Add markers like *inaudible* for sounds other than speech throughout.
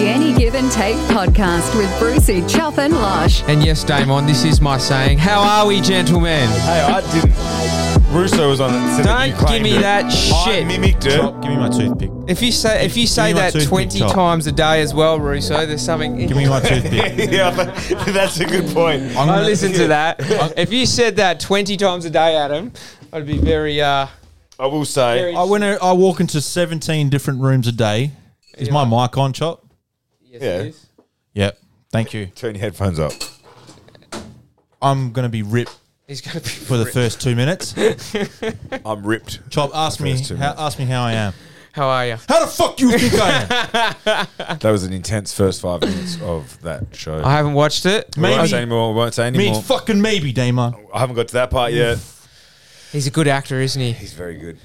and Take podcast with Brucey, Chuff, and Lush. And yes, Damon, this is my saying. How are we, gentlemen? Hey, I didn't. Russo was on it. said that you Don't give claimed me it. that I shit. mimicked it. Chop, give me my toothpick. If you say if you say me my that toothpick, twenty Tom. times a day as well, Russo, there's something. Give me *laughs* my *laughs* toothpick. yeah, but that's a good point. I'm *laughs* I gonna- listen *laughs* to that. if you said that twenty times a day, Adam, I'd be very. Uh, I will say, Very- I went. o- I walk into seventeen different rooms a day. Is my mic on, Chop? yes, Yeah. it is. Yep. Thank you. turn your headphones up. I'm gonna be ripped He's gonna be for the first two *laughs* minutes. I'm ripped. Chop, ask me. First two How, minutes. ask me how I am. How are you? How the fuck you think I *laughs* am? That was an intense first five minutes of that show. I haven't watched it. we won't say Maybe. anymore. We won't say Me anymore. fucking maybe, Damon. I haven't got to that part yet. He's a good actor, isn't he? He's very good.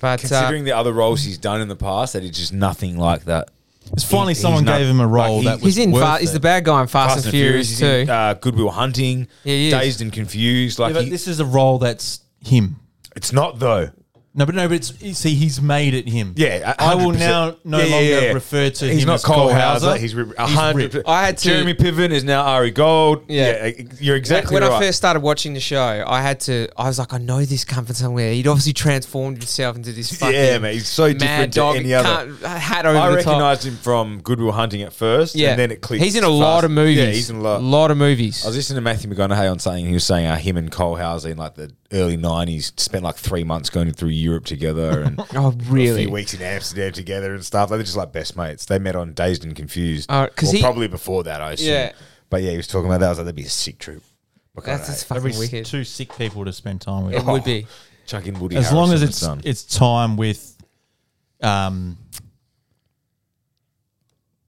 But uh, Considering the other roles he's done in the past, that he's just nothing like that. It's finally He- someone he's not- gave him a role like, he- that was uh, he's in. worth Fa- he's it. the bad guy in Fast, and, Furious, He's too. in, uh, Goodwill Hunting. Yeah, he is. Dazed and confused. Like Yeah, but he- this is a role that's him. it's not though. No, but no, but it's you see, he's made it him. Yeah, a- I will 100%. now no Yeah, yeah, longer yeah. refer to he's him not as Cole Cole Hauser. He's ripped. He's ripped. I had to- Jeremy Piven is now Ari Gold. Yeah. Yeah, uh, you're exactly when right. I first started watching the show, I had to. I was like, I know this come from somewhere. He'd obviously transformed himself into this fucking *laughs* yeah, mate, he's so mad different to dog. any other. Can't- hat over I the top. recognised him from Goodwill Hunting at first, Yeah, and then it clicked. He's in a fast. lot of movies. Yeah, he's in a lot. of movies. I was listening to Matthew McConaughey on something. and He was saying uh, him and Cole Hauser in like the early '90s spent like three months going through Europe together *laughs* and oh, a really? few weeks in Amsterdam together and stuff. They were just like best mates. They met on Dazed and Confused. Oh, 'cause Well, he- probably before that, I assume. Yeah. But yeah, he was talking about that. I was like, that'd be a sick trip. That's just fun. fucking Every wicked. two sick people to spend time with. it would be. *laughs* Chuck in Woody as long as it's done. it's time with um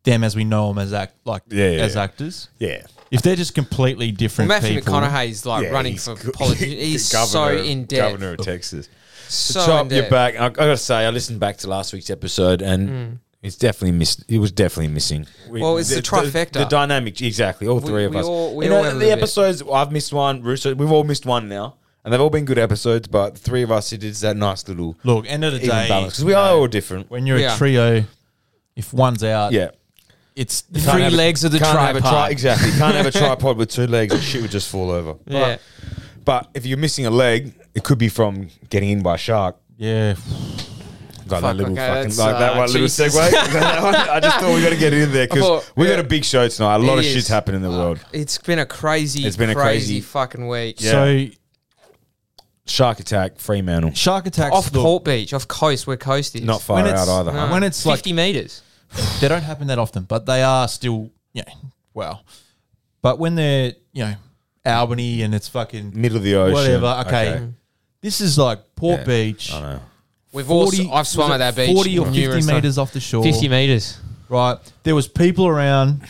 them as we know them as act like Yeah, yeah, as yeah. actors. yeah. If they're just completely Well, different Matthew people, McConaughey's like Yeah, running he's *laughs* for go- politician. He's so governor of- in depth. Governor of Texas. *laughs* So So Chop, in you're depth. back. I, I gotta say, I listened back to last week's episode, and it's definitely missed. It was definitely missing. We- Hmm. Well, it's the trifecta. The, dynamic, exactly. All three of we us. all- we You know, all have a the little bit. episodes. I've missed one. Russo, we've all missed one now, and they've all been good episodes. But the three of us, it is that nice little look, end of the even day, balance because we are all different. when you're Yeah. a trio, if one's out, Yeah. it's Three Can't have a- legs of the can't have a tripod. tri- exactly. Can't *laughs* have a tripod with two legs. and Shit would just fall over. Yeah. But, but if you're missing a leg, it could be from getting in by a shark. yeah. Got Fuck, that little okay, fucking that's, like that uh, one little Jesus. segue. *laughs* That one, I just thought we got to get in there I thought, because we yeah. got a big show tonight. A lot It of is. shit's happened in the world. It's been a crazy, It's been a crazy, crazy- fucking week. Yeah. So Shark attack, Fremantle, shark attacks Off look, Port Beach, off coast where coast is. not far When out it's- either. No. huh? When it's like- 50 Uh, meters. they don't happen that often, but they are still yeah. Wow. But when they're you know Albany and it's fucking Middle of the ocean, whatever. Okay. This is like Port Yeah. Beach. I know. We've 40 all, I've swum at was it that beach. 40 or 50 numerous times. meters off the shore. 50 meters. Right. There was people around.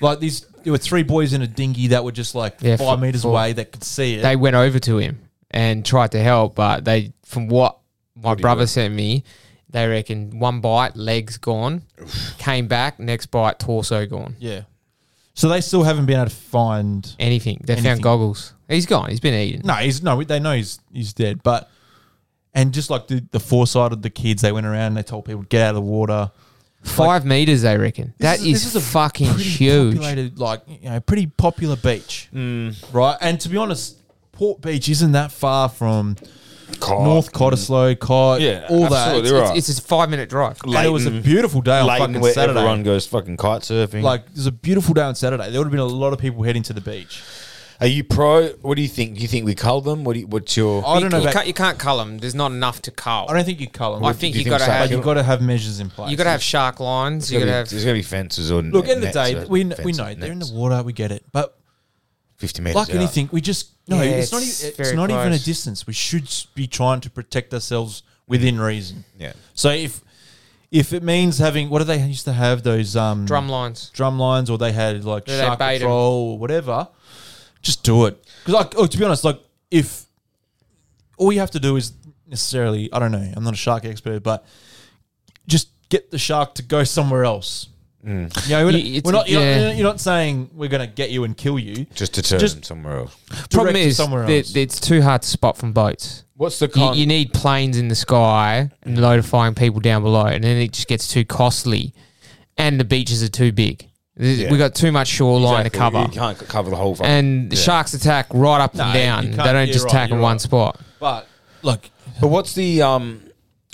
Like these, there were three boys in a dinghy that were just like Yeah, five f- meters four. away that could see it. They went over to him and tried to help, but they, from what my brother sent me, they reckon one bite, legs gone, came back, next bite, torso gone. yeah. So they still haven't been able to find. Anything. They found Anything. goggles. He's gone. He's been eaten. No, he's no. They know he's he's dead. But and just like the the foresight of the kids, they went around and they told people to get out of the water. Five meters, they reckon. That This is, this fucking pretty huge. Mm. populated, like you know, pretty popular beach, right? And to be honest, Port Beach isn't that far from Cod. North Cottesloe, Cod, Oh, mm. Yeah, all that. absolutely It's- right. It's, it's a five minute drive. And it was a beautiful day on Leighton, fucking where Saturday. everyone goes fucking kite surfing. Like it was a beautiful day on Saturday. There would have been a lot of people heading to the beach. are you pro? What do you think? Do you think we cull them? What do you, what's your? I don't know. You About, can't, you can't cull them. There's not enough to cull. I don't think you cull them. I think do you, you think gotta so? have but Like, you, you got to have measures in place. gotta have shark lines. You There's gotta gonna have be- there's going to be fences or Look, end of the nets day, or we kn- we fences, know they're in the nets. water. We get it, but fifty meters. like out. anything, we just no. Yeah, it's not. e, it's It's, it's very not even a close. distance. We should s- be trying to protect ourselves within reason. Yeah. So if if it means having what do they used to have those um drum lines. drum lines or they had like Yeah, they shark bait 'em. patrol or whatever, just do it. Because like, oh, to be honest, like if all you have to do is necessarily, I don't know, I'm not a shark expert, but just get the shark to go somewhere else. You know, we're, You- not- it's- we're not, you're, yeah. not. You're not saying we're gonna get you and kill you. Just to turn Just- them somewhere else. Problem Direct you is, somewhere that- else. that it's too hard to spot from boats. What's the You, you need planes in the sky and notifying people down below, and then it just gets too costly, and the beaches are too big. Th- Yeah. We got too much shoreline Exactly. to cover. You can't c- cover the whole fucking. And the Yeah. sharks attack right up No, and you down. can't- They don't you're just right, attack in you're one right. spot. But look, but what's the um,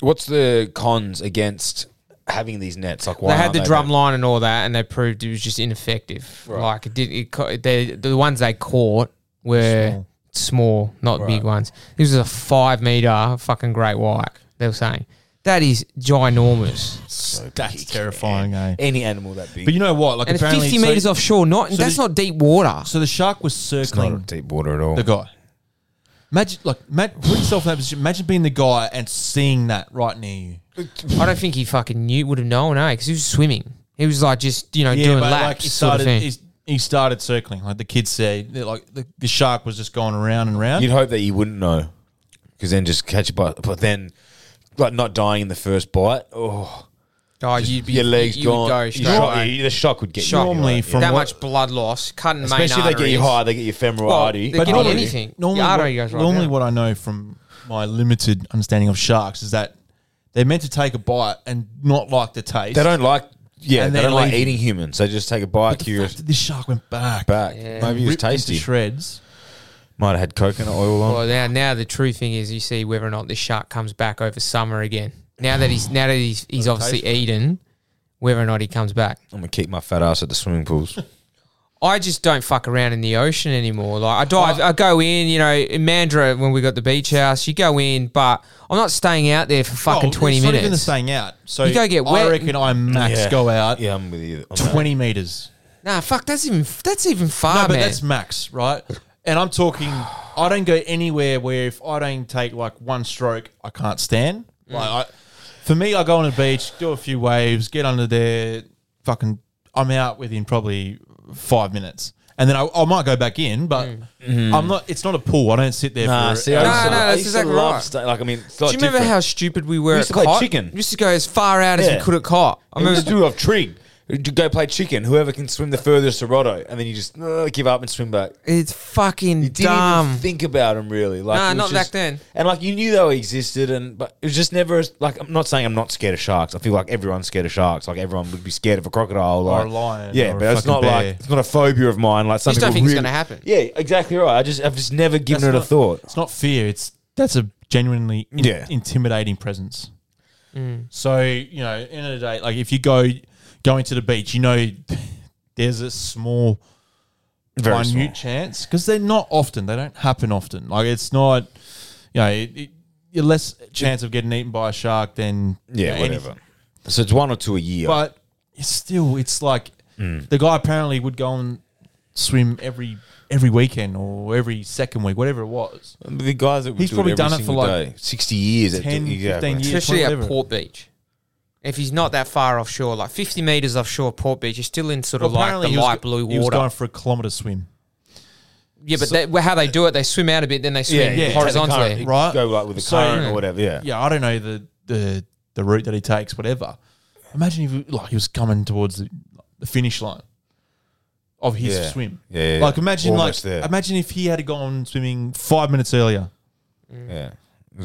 what's the cons against having these nets? Like why they had aren't the drum there? line and all that, and they proved it was just ineffective. Right. Like it did. It, co- they, the ones they caught were small, Small. not big ones. This was a five meter fucking great white. They were saying that is ginormous, that's terrifying, eh? Any animal that big. But you know what? Like and apparently, fifty so- meters offshore. Not so that's the- not deep water. So the shark was it's not circling deep water at all. the guy. Imagine, like, ma- put yourself in that position. Imagine being the guy and seeing that right near you. I don't think he fucking knew would have known, eh? Because he was swimming. He was like just you know doing laps he sort started, of thing. he's- he started circling. Like the kids said, they're like the, the shark was just going around and around. You'd hope that you wouldn't know, because then just catch a bite. But then, like not dying in the first bite. Oh, oh, you'd be your legs you gone. Would go You straight shock- away. you- the shock would get Shock. you. Normally right? from that what- much blood loss, cutting especially main if they get you arteries. high, they get your femoral Well, artery. they But get Artery. you anything. Normally, The what, artery goes right normally now. what I know from my limited understanding of sharks is that they're meant to take a bite and not like the taste. They don't like. Yeah, And they they don't like leave. eating humans. They just take a bite, But the curious fact that this shark went back, back. Yeah. Maybe it was ripped into tasty. shreds. Might have had coconut oil on. Well, now now the true thing is you see whether or not this shark comes back over summer again. Now that he's now that he's he's obviously eaten, whether or not he comes back. I'm gonna keep my fat ass at the *laughs* swimming pools. I just don't fuck around in the ocean anymore. Like I dive, I go in. You know, in Mandra when we got the beach house, you go in, but I'm not staying out there for fucking Oh, twenty it's Not even the minutes. staying out. So You go get wet. I reckon I max Yeah. go out yeah, I'm with you. on that. twenty meters. Nah, fuck, that's even that's even No, far, but Ah, man. that's max, right? And I'm talking. I don't go anywhere where if I don't take like one stroke, I can't stand. Mm. Like, I, for me, I go on a beach, do a few waves, get under there, fucking. I'm out within probably five minutes, and then I, I might go back in, but Mm. I'm not. It's not a pool. I don't sit there. Mm. Nah, for see, No, I hours. used to, no, I that's used exactly to love right. stay- like I mean, it's Do like you remember different. how stupid we were? We used at to play Cot? chicken. We used to go as far out as Yeah. we could at cot. I I mean, remember just do off trig. You Go play chicken. Whoever can swim the furthest to Roto, and then you just uh, give up and swim back. it's fucking You didn't dumb. even think about them really. Like, Nah, it was not back just- then. And like you knew they existed, and but it was just never as- like. I'm not saying I'm not scared of sharks. I feel like everyone's scared of sharks. Like everyone would be scared of a crocodile Or like, a lion Yeah, or a but it's fucking not like bear. it's not a phobia of mine. Like just something don't think it's gonna happen. Yeah, exactly right. I just I've just never given That's it a not- thought. It's not fear. It's that's a genuinely in- Yeah. intimidating presence. So you know, end of the day, like if you go going to the beach, you know, *laughs* there's a small Very minute small. chance because they're not often. They don't happen often. Like it's not, you know, it, it, you're less chance of getting eaten by a shark than you Yeah, know, whatever. anything. So it's one or two a year. But it's still, it's like Mm. the guy apparently would go and swim every every weekend or every second week, whatever it was. the guys that would He's do probably every done it for, single like, day. sixty years, at 10, 15 years. especially at whatever. Port Beach. If he's not that far offshore, like 50 meters offshore Port Beach, you're still in sort of like the he was light go- blue He was going water. for a kilometre swim. Yeah, but they, well, how they do it, they swim out a bit, then they swim yeah, horizontally. current. Right. Go like with the So- current or whatever. Yeah. Yeah, I don't know the the the route that he takes, whatever. Imagine if he- like he was coming towards the, the finish line of his Yeah. swim. Yeah, yeah, like yeah. imagine Almost like there. imagine if he had gone swimming five minutes earlier Yeah.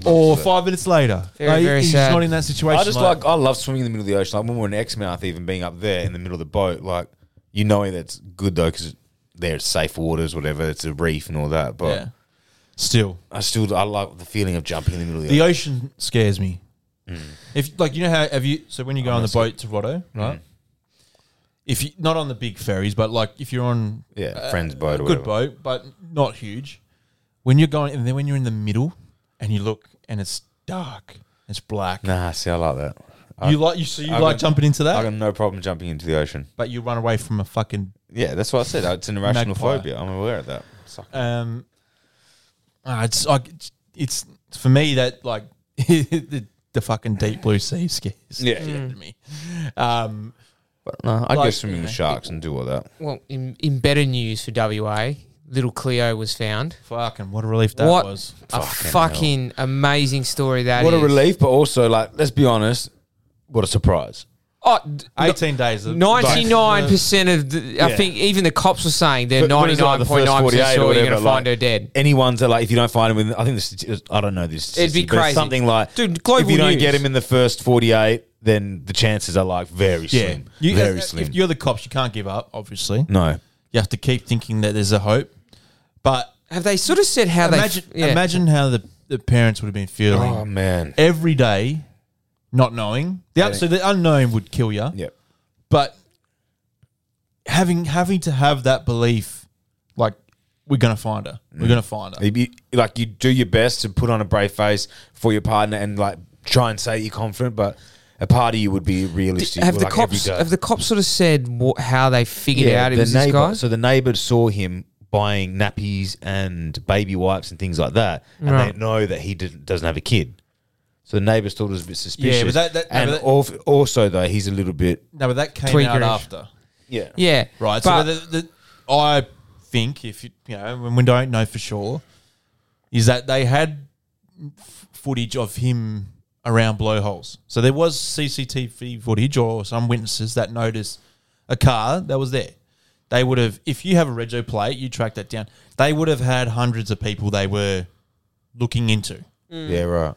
or five minutes later. Very, Like, very he's sad. not in that situation. I just like I love swimming in the middle of the ocean. Like when we we're in Exmouth, even being up there in the middle of the boat, like you know that's good though because there's safe waters, whatever. It's a reef and all that. But yeah. Still, I still I like the feeling of jumping in the middle of the, the ocean. ocean scares me. Mm. If like you know how have you so when you go on the boat to Roto, right? Mm. If you not on the big ferries, but like if you're on Yeah, friend's boat or good whatever. boat, but not huge. When you're going, and then when you're in the middle, and you look, and it's dark, it's black. Nah, see, I like that. you like you so you I like got- jumping into I that, got no problem jumping into the ocean. but you run away from a fucking Yeah, that's what I said. It's an irrational Magpie. phobia. I'm aware of that. Suck. um. ah, it's like it's, it's for me that like *laughs* the, the fucking deep blue sea scares Yeah. the shit out of me. Um, But no, I'd go Like, swimming you with know, sharks and do all that. Well, in, in better news for WA, little Cleo was found. fucking what a relief that what was. a Fucking fucking amazing story that is. What a relief, but also like, let's be honest, what a surprise. Oh, d- Eighteen days. of- Ninety-nine percent of the, I Yeah. think even the cops were saying they're But what is it, ninety-nine like the point first nine 48 percent or sure you're whatever, going to find like- her dead. Any ones that like if you don't find him in, I think the stati- I don't know this. It'd be crazy. Something like Dude, global If you don't news. get him in the first forty-eight, then the chances are like very Yeah, slim. you, uh, very if, slim. if you're the cops, you can't give up. Obviously, no, you have to keep thinking that there's a hope. But Have they sort of said how imagine, they? yeah. imagine how the, the parents would have been feeling oh man, every day, not knowing. The un- so the unknown would kill you. yep. But having having to have that belief, like we're gonna find her, we're gonna find her. It'd be- like you do your best to put on a brave face for your partner and like try and say you're confident, but a part of you would be realistic. have the like, every cops? day. Have the cops sort of said wha- how they figured out it the was this neighbor. guy? So the neighbor saw him buying nappies and baby wipes and things like that, and Right. they know that he didn't, doesn't have a kid. So the neighbors thought it was a bit suspicious. that- that- no, and but that- al- also though he's a little bit No, but that came out Tweakerish. after, yeah yeah, right? But so the, the, I think if you you know when we don't know for sure, is that they had f- footage of him around blowholes. So there was CCTV footage or some witnesses that noticed a car that was there. They would have, if you have a rego plate, you track that down. They would have had hundreds of people they were looking into. yeah right.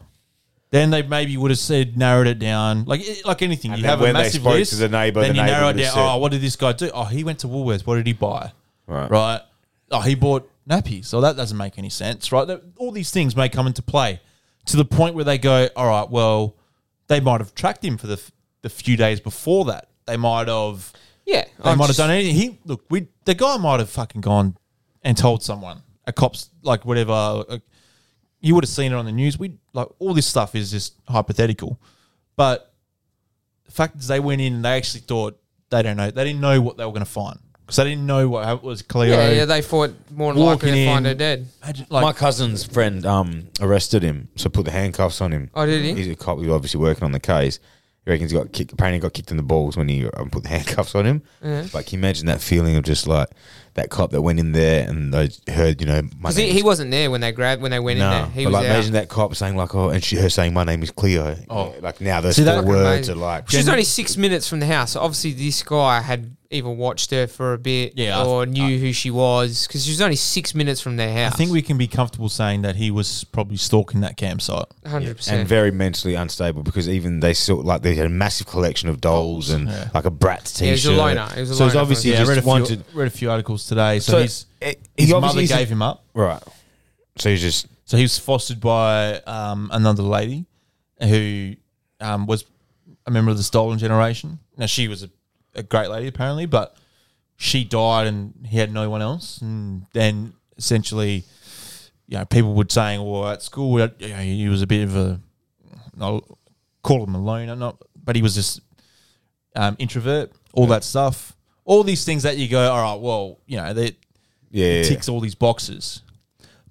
Then they maybe would have said narrowed it down, like eh, like anything. And you then have a when they massive spoke to list. the neighbour, then the you neighbour narrow it would down. have said- Oh, what did this guy do? Oh, he went to Woolworths. What did he buy? Right. right. Oh, he bought nappies. So that doesn't make any sense, right? That- All these things may come into play to the point where they go, all right, well, they might have tracked him for the f- the few days before that. They might have. yeah, They I'm might just- have done anything. He look, we the guy might have fucking gone and told someone, a cop's like whatever. uh, you would have seen it on the news. We like all this stuff is just hypothetical, but the fact is they went in and they actually thought they don't know. They didn't know what they were going to find because they didn't know what how it was Cleo. Yeah, yeah, they thought more than likely Walking to find in. her dead. Imagine, like, My cousin's friend um, arrested him, so put the handcuffs on him. Oh, did he? He's a cop. He's obviously working on the case. He reckons he got kicked. Apparently, he got kicked in the balls when he um, put the *laughs* handcuffs on him. Like, can you imagine that feeling of just like that cop that went in there and they heard, you know, my Because he, name he is- wasn't there when they grabbed when they went in there. Nah, He but was like, out. imagine that cop saying like, oh, and she, her saying, my name is Cleo. Oh, like now those See, four that- Fucking words amazing. are like, She's only six minutes from the house. So obviously, this guy had either watched her for a bit Yeah, I- or knew who she was because she was only six minutes from their house. I think we can be comfortable saying that he was probably stalking that campsite. 100%. and very mentally unstable because even they saw like they had a massive collection of dolls and like a Bratz t-shirt. Yeah, he was a loner. He was a so he's loner. obviously Yeah, I read a just few, wanted. read a few articles today. So, eh, So his, it- his he mother obviously gave isn't- him up. Right. So he's just So he was fostered by um, another lady who um, was a member of the Stolen Generation. Now she was a, a great lady apparently, but she died and he had no one else. And then essentially, you know, people were saying, "Well, at school, we don't- you know, he was a bit of a, I'll call him a loner, not, but he was just um, introvert, all that stuff, all these things that you go, all right, well, you know, they, yeah. ticks all these boxes.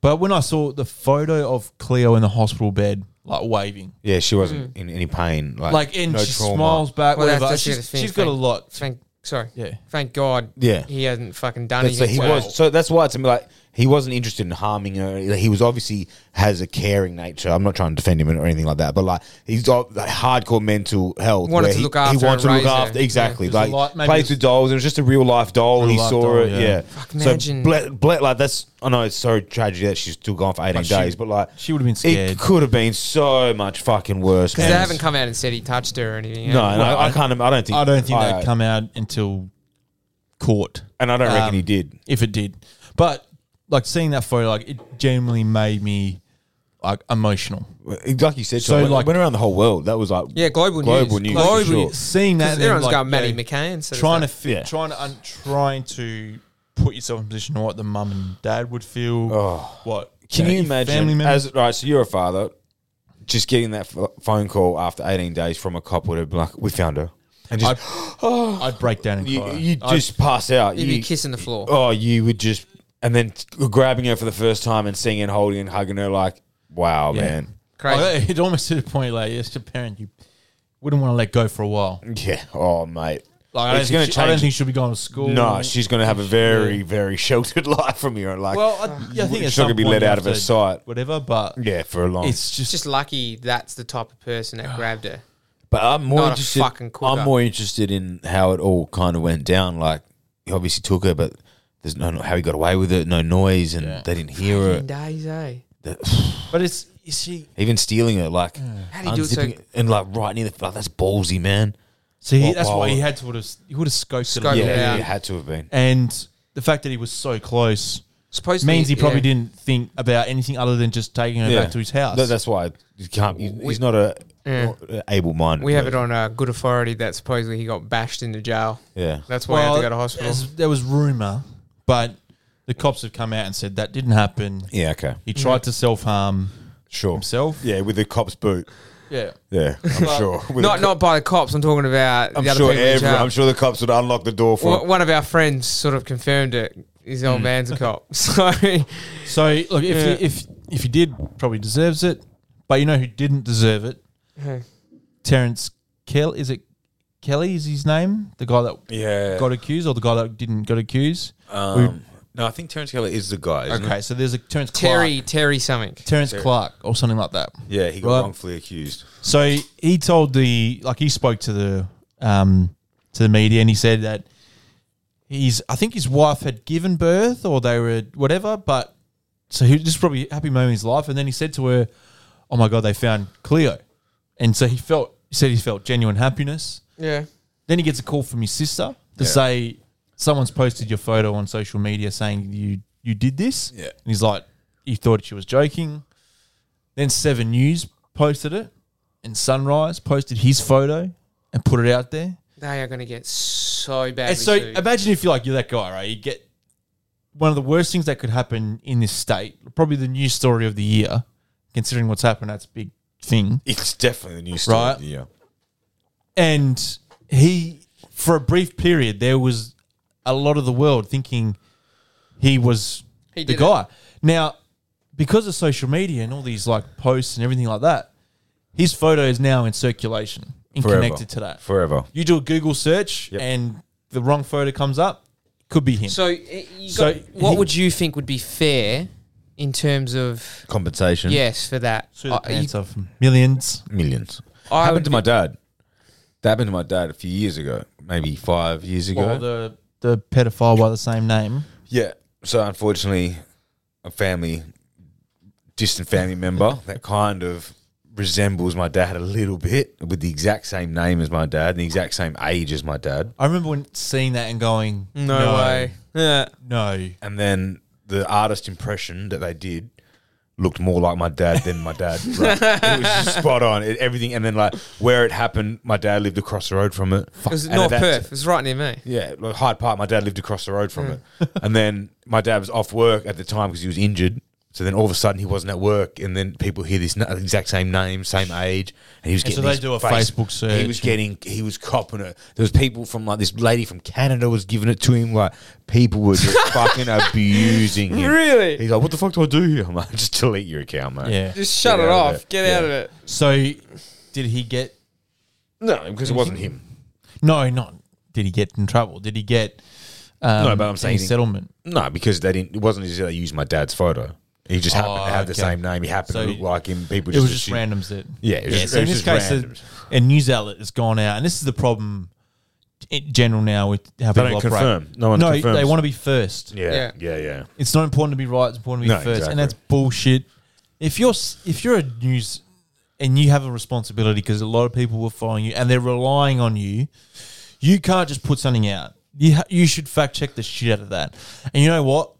But when I saw the photo of Cleo in the hospital bed, like waving, Yeah, she wasn't Mm. in any pain. Like, like and no she trauma. smiles back, Well, that's- whatever. that's the she's, thing, she's got a thank- lot. Thank, sorry. Yeah. Thank God. Yeah. He hasn't fucking done That's- so anything. he well. was. So that's why it's like he wasn't interested in harming her. Like, He was obviously has a caring nature. I'm not trying to defend him or anything like that, but like he's got like, hardcore mental health. Wanted where to he, look after He wants and to look raise her. after exactly. Yeah. There's like a lot- maybe plays it's- with dolls. It was just a real life doll, and he life saw doll, it. yeah. Yeah. Fuck, so imagine- ble- ble- like that's. I know it's so tragic that she's still gone for 18 she- days, but like she would've been It scared. could have been so much fucking worse. Because they man. haven't come out and said he touched her or anything. No, have and I, I can't. I don't think. I don't think I- they'd come out until court, And I don't reckon Um, he did. if it did. But like seeing that photo, like it genuinely made me like emotional. Like you said, So, so like, like- went around the whole world. That was like Yeah, global news. global news. for Global sure. news. Seeing that, Because and then, everyone's like, going Maddie yeah, McCann. So trying to it's fit, Yeah. trying to un- trying to put yourself in a position of what the mum and dad would feel. What Oh. Can you your family imagine? members- As right, so you're a father, just getting that ph phone call after 18 days from a cop would have been like, "We found her," and just *gasps* I'd break down and you, cry. you I'd- just pass out. You'd be You- kissing the floor. Oh, you would just, and then t- grabbing her for the first time and seeing and holding and hugging her like, "Wow, man." crazy. Like, *laughs* it almost to the point like it's a parent you wouldn't want to let go for a while. Yeah. Oh, mate. Like I don't, it's think going she, to I don't change. think she'll be going to school. no, she's going to have a very, very *laughs* sheltered life from here. Like, well, I, yeah, I think She's at not some gonna be point let you out have of her to- sight. Oh. Whatever, but yeah, for a long. it's It's just *sighs* just lucky that's the type of person that grabbed her. But I'm more Not a interested. fucking quitter. I'm more interested in how it all kind of went down. Like he obviously took her, but there's no how he got away with it. No noise, and they didn't hear it. days, eh? But it's you see, Even stealing it, like How do you do it so- unzipping it and like right near the. Like, that's ballsy, man. see, Well, that's why well- he had to would have he would have scoped, Scoped Yeah, it, out. it yeah, out. it had to have been. and the fact that he was so close Supposed means he probably yeah. didn't think about anything other than just taking her Yeah. back to his house. No, that's why you can't. He's, he's not a Yeah. able minded. We have it on uh, good authority that supposedly he got bashed into jail. Yeah, That's why he had to go to hospital. there's- There was rumor, but the cops have come out and said that didn't happen. yeah. Okay, He tried to self harm sure. himself. Yeah, with the cop's boot. Yeah. Yeah, I'm sure. With Not the not by the cops. I'm talking about I'm the other sure. people in Every, jail. I'm sure the cops would unlock the door for. One- One of our friends sort of confirmed it. His Hmm. old man's *laughs* a cop. *laughs* So So look, if Yeah. he, if if he did, probably deserves it. But you know who didn't deserve it? Terrence Kell is it Kelly is his name? The guy that Yeah. got accused or the guy that didn't got accused? Um, no, I think Terrence Keller is the guy. Isn't Okay, so there's a Terrence Terry Clark. Terry something. Terrence Clark or something like that. He? Yeah, he got Right. wrongfully accused. So he told the like he spoke to the um to the media and he said that he's I think his wife had given birth or they were whatever, but so he just probably a happy moment in his life and then he said to her, Oh my god, they found Cleo. And so he felt he said he felt genuine happiness. Yeah. Then he gets a call from his sister to say someone's posted your photo on social media saying you you did this. Yeah. And he's like, he thought she was joking. Then Seven News posted it, and Sunrise posted his photo and put it out there. They are going to get so badly And so sued. imagine if you're like you're that guy, right? You get one of the worst things that could happen in this state, probably the news story of the year, considering what's happened. That's a big thing. It's definitely the new story. Right. Yeah. And he, for a brief period, there was a lot of the world thinking he was He the did it. guy. Now, because of social media and all these like posts and everything like that, his photo is now in circulation and Forever. connected to that. Forever. You do a Google search Yep. and the wrong photo comes up, could be him. So, i- you So got- what he- would you think would be fair in terms of Compensation. yes for that? Through the Uh, I- you- pants of millions. Millions. I happened would to be- my dad. That happened to my dad a few years ago, maybe five years ago. Well, the the pedophile by the same name. yeah. So unfortunately, a family, distant family member that kind of resembles my dad a little bit, with the exact same name as my dad, and the exact same age as my dad. I remember when seeing that and going, no, way. Yeah. no. and then the artist impression that they did looked more like my dad than my dad. Like, it was just spot on. It, everything, and then like where it happened, my dad lived across the road from it. It was And at North that- Perth. It was right near me. Yeah, like Hyde Park. My dad lived across the road from it, and then my dad was off work at the time because he was injured. So then all of a sudden he wasn't at work, and then people hear this na- exact same name, same age, and he was And getting. so they these do a Facebook He search was getting, he was copping it. There was people from like this lady from Canada was giving it to him. Like people were *laughs* just fucking abusing him. Really? He's like, "What the fuck do I do here?" I'm like, "Just delete your account, mate." Yeah. Just shut Get it out of off. it. Get Yeah. out of it. So did he get no, because it wasn't him. No, not did he get in trouble? Did he get um, No, but I'm saying any he- settlement? No, because they didn't. It wasn't as if they used my dad's photo. He just happened Oh, to have the okay. same name. He happened So to look like him. People It just was just assumed- randoms that. Yeah, it was just- so it in was this just case, a, randoms. a news outlet has gone out, and this is the problem in general now with how They people don't operate. confirm. No one no, confirms. they want to be first. Yeah, yeah, yeah. It's not important to be right; it's important to be No, first, exactly. and that's bullshit. If you're s- if you're a news and you have a responsibility because a lot of people were following you and they're relying on you, you can't just put something out. You ha- you should fact check the shit out of that. And you know what?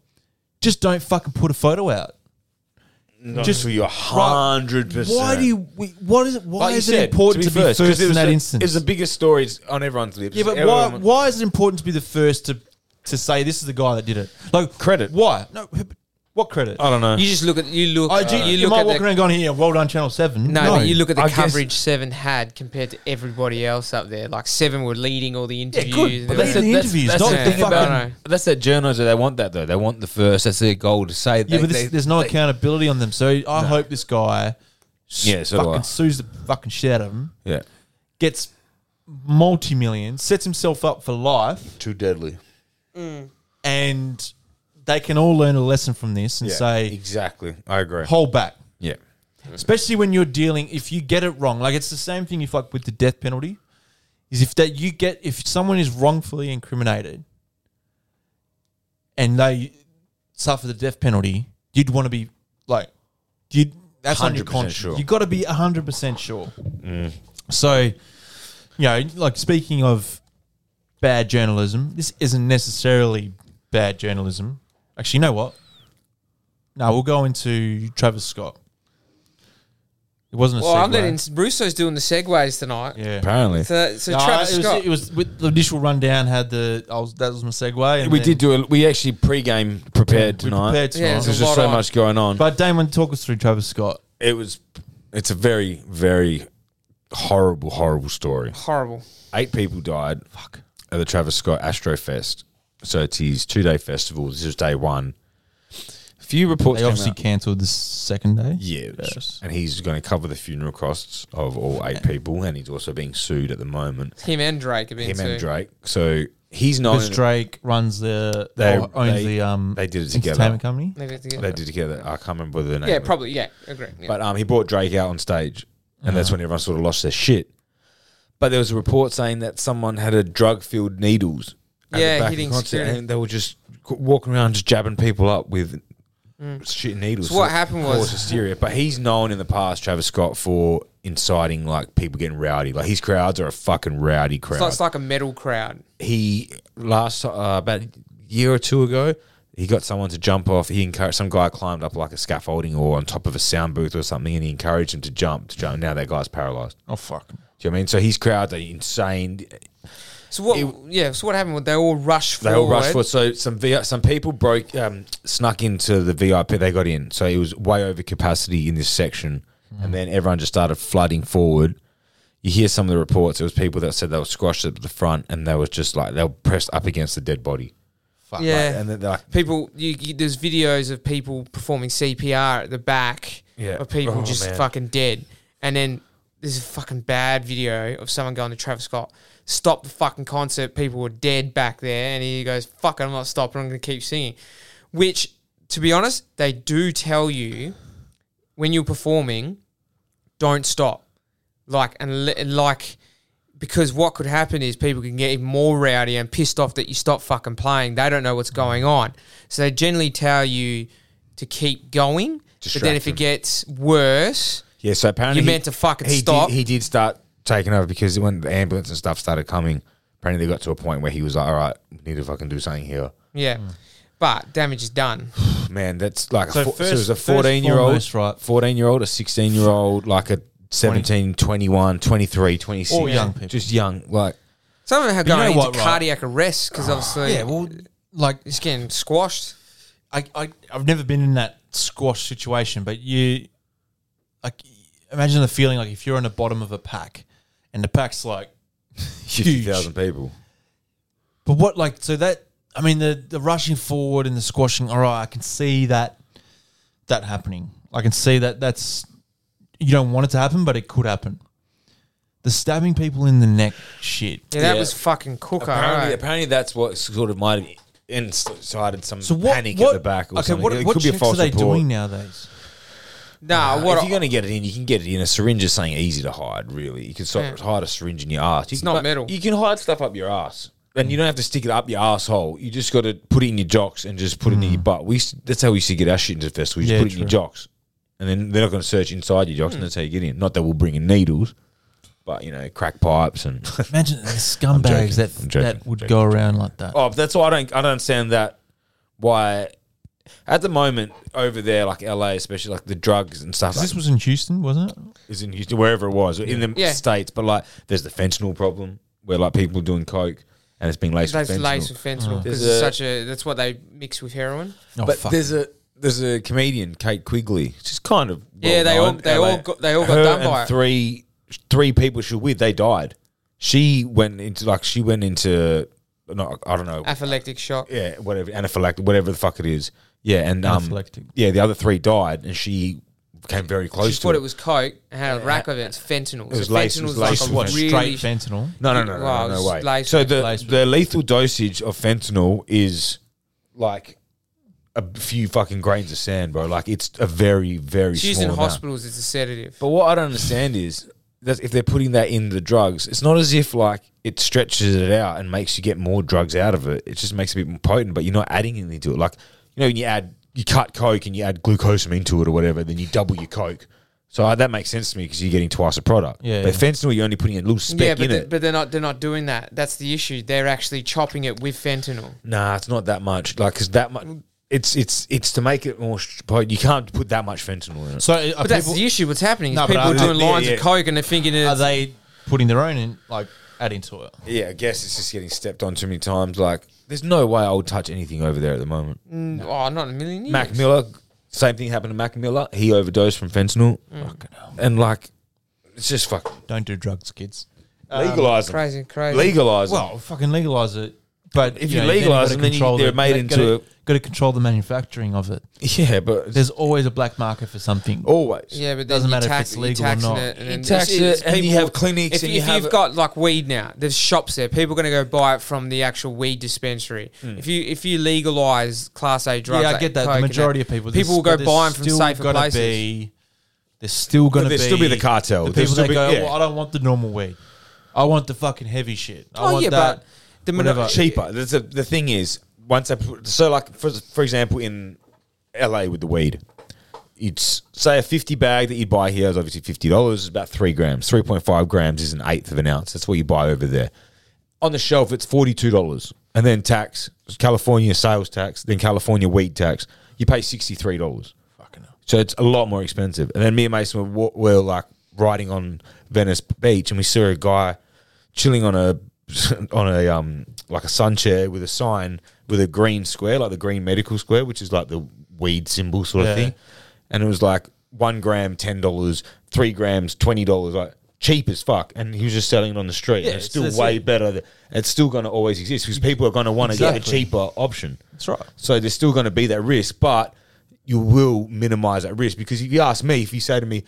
Just don't fucking put a photo out. Mm. just for your hundred percent. Why do you? we- What is it? Why is it important to be, first, in that instance? It's the biggest stories on everyone's lips. yeah, but why? Why is it important to be the first to to say this is the guy that did it? Like Credit. Why? No, what credit? I don't know. You just look at you look. Oh, do you, you, you look might at walk the, around going here. Well done, Channel Seven. No, but you look at the I guess- coverage Seven had compared to everybody else up there. Like Seven were leading all the interviews. good, but There was- they- the interviews, not the fucking- That's that journalism. They want that though. They want the first. That's their goal to say. yeah, but this, there's no accountability on them. So I hope this guy Yeah, so do I. fucking sues the fucking shit out of him, yeah, gets multi million, sets himself up for life, too deadly. and they can all learn a lesson from this and Yeah, say, exactly. I agree. hold back. yeah, especially when you're dealing. If you get it wrong, like it's the same thing. If like with the death penalty, is if that you get if someone is wrongfully incriminated and they suffer the death penalty, you'd want to be like you. That's on your 100% conscience. sure. You got to be hundred percent sure. So, you know, like speaking of bad journalism, this isn't necessarily bad journalism. Actually, you know what? No, we'll go into Travis Scott. It wasn't a Well, segue. I'm letting Russo's doing the segues tonight. yeah. Apparently, So, so No, Travis it was, Scott. It was with the initial rundown had the. I was that was my segue. And we then did do. A, we actually pre-game prepared we tonight. prepared tonight. Yeah, There's a lot just so on. much going on. But Damon, talk us through Travis Scott. it was. It's a very, very horrible, horrible story. horrible. eight people died fuck, at the Travis Scott Astro Fest. So it's his two day festival. This is day one. A few reports They came obviously out. cancelled the second day. Yes. Yes. And he's going to cover the funeral costs of all eight people. And he's also being sued at the moment. Him and Drake have been Him sued. and Drake. So he's not. Because Drake runs the They- or owns they- the um they did it together. entertainment company. They did together. They did together. I can't remember the name. Yeah, of it. probably. Yeah, agree. Yeah. Uh-huh. But um, he brought Drake out on stage, and that's when everyone sort of lost their shit. But there was a report saying that someone had a drug-filled needles. at the Yeah, back of hitting the concert, security. and they were just c- walking around, just jabbing people up with shit needles. Mm. So what It happened caused was- hysteria. But he's known in the past, Travis Scott, for inciting like people getting rowdy. Like his crowds are a fucking rowdy crowd it's, like, it's like a metal crowd. he last uh, about a year or two ago he got someone to jump off he encouraged some guy climbed up like a scaffolding or on top of a sound booth or something and he encouraged him to jump to jump now that guy's paralyzed Oh fuck! do you know what I mean? So his crowd are insane. So what? It- yeah. So what happened? was They all rushed. They forward. all rushed for So some v- some people broke, um, snuck into the VIP. They got in. So it was way over capacity in this section, Mm. and then everyone just started flooding forward. You hear some of the reports. It was people that said they were squashed at the front, and they was just like they were pressed up against the dead body. Fuck, like, Yeah. and then they're like, People, you, you, there's videos of people performing CPR at the back Yeah. of people Oh, just man. fucking dead. And then there's a fucking bad video of someone going to Travis Scott, stop the fucking concert. People were dead back there. And he goes, fuck, it, I'm not stopping. I'm going to keep singing. Which, to be honest, they do tell you when you're performing, don't stop. Like, and li- like, because what could happen is people can get even more rowdy and pissed off that you stop fucking playing. They don't know what's going on. So they generally tell you to keep going. but then Distract if it them. gets worse, Yeah, so apparently You he- meant to fucking he stop. Did, he did start taking over because when the ambulance and stuff started coming, apparently they got to a point where he was like, "All right, we need to fucking do something here." yeah. But damage is done. Man, that's like So a, fo- so first- it was a first fourteen-year-old, foremost, right. fourteen-year-old, a sixteen-year-old, like a 17, 21, 23, 26. All young people. just young. Like Some of them have But you gone know into what, right? cardiac arrest because obviously Yeah, well, like it's getting squashed. I, I I've never been in that squash situation, but you like imagine the feeling like if you're on the bottom of a pack and the pack's like fifty thousand people. But what like so that I mean the the rushing forward and the squashing, all right, I can see that that happening. I can see that that's you don't want it to happen, but it could happen. The stabbing people in the neck shit. Yeah, that Yeah. was fucking cooker. Apparently, alright. apparently that's what sort of might have incited some So what, panic what at the back. Or okay, something. what, it what could be a checks false are they report. *laughs* doing nowadays? Nah, If what you're going to get it in, you can get it in. A syringe is something easy to hide, really. You can sort of Yeah. hide a syringe in your ass. You Mm. It's can- not but metal. You can hide stuff up your ass. And you don't have to stick it up your asshole. You just got to put it in your jocks and just put it in your butt. We used, That's how we used to get our shit into the festival. You just Mm. Yeah, put it in your jocks. And then they're not going to search inside your jocks Mm. and that's how you get in. Not that we'll bring in needles, but, you know, crack pipes *laughs* and. Imagine the scumbags that I'm joking, that would I'm go around like that. oh, that's why I don't, I don't understand that. Why. At the moment, over there, like LA, especially like the drugs and stuff. 'Cause like- this was in Houston, wasn't it? is in Houston, wherever it was, in the Yeah. states. But like, there's the fentanyl problem where like people doing coke and it's been laced They've with fentanyl. laced with fentanyl because There's it's a- such a. That's what they mix with heroin. Oh, but fuck. there's a there's a comedian, Kate Quigley. She's kind of Yeah, they all- well-known, they all got- they all got Her done and by it. Three three people she was with they died. She went into like she went into not I don't know Apoplectic shock. yeah, whatever anaphylactic, whatever the fuck it is. Yeah, and um, Anaphylactic. yeah, the other three died, and she came very She close to thought it was coke and had a rack of it. It's fentanyl. was so laced- it fentanyl's was like laced a with what really straight fentanyl? No, no, no, Well, no, no, it's no way. laced So with- the laced with- the lethal dosage of fentanyl is like a few fucking grains of sand, bro. Like it's a very, very It's small used in amount. hospitals as a sedative. But what I don't understand is that if they're putting that in the drugs, it's not as if like it stretches it out and makes you get more drugs out of it. It just makes it a bit more potent, but you're not adding anything to it. Like you know, when you add you cut coke and you add glucosamine into it or whatever, then you double your coke. So uh, that makes sense to me because you're getting twice a product. Yeah, but yeah. fentanyl, you're only putting a little speck yeah, but, in the- it. but they're not they're not doing that. That's the issue. They're actually chopping it with fentanyl. Nah, it's not that much. Like, cause that much, it's it's it's to make it more. sh- You can't put that much fentanyl in it. So are But that's people, the issue. What's happening is No, but people are are they- doing yeah, lines yeah. of coke and they're thinking are it's they putting their own in, like adding to it? Yeah, I guess it's just getting stepped on too many times. Like, there's no way I would touch anything over there at the moment. Mm, oh, not in a million years. Mac Miller, same thing happened to Mac Miller. He overdosed from fentanyl, Mm. Fucking hell. and like, it's just fucking Don't do drugs, kids. legalize them. Crazy, crazy. Legalize them. Well, fucking legalize it. But If you legalise them, then you- they're made into a- Got to control the manufacturing of it. yeah, but it's There's always a black market for something. always. Yeah, but doesn't Doesn't matter matter if tax, it's you're legal or taxing not. It and then tax it's- it's it, and you people- have clinics If, and you you if have- you've got like weed now, there's shops there. People are going to go buy it from the actual weed dispensary. If you if you legalize class A drugs, Mm. yeah, I like get that. coke The and majority of people, people will but go there's buy them from still safer gotta places. Be, there's still going to be There'll still be the cartel. The There'll people still that be- go, yeah. well, I don't want the normal weed. I want the fucking heavy shit. I Oh want yeah, that. but the whatever. minor- cheaper. That's a, the thing is once I put, so like for for example in LA with the weed, it's say a fifty bag that you buy here is obviously fifty dollars. It's about three grams, three point five grams is an eighth of an ounce. That's what you buy over there. On the shelf, it's forty two dollars, and then tax, California sales tax, then California weed tax. You pay sixty three dollars. Fucking hell. So it's a lot more expensive. And then me and Mason were, wa- were like riding on Venice Beach, and we saw a guy chilling on a *laughs* on a um like a sun chair with a sign with a green square, like the green medical square, which is like the weed symbol sort Yeah. of thing. And it was like one gram ten dollars, three grams twenty dollars, like cheap as fuck. And he was just selling it on the street. Yeah, and it's so still that's way it. better. th- It's still going to always exist because people are going to want to get the Exactly. cheaper option. That's right. So there's still going to be that risk, but you will minimize that risk because if you ask me, if you say to me,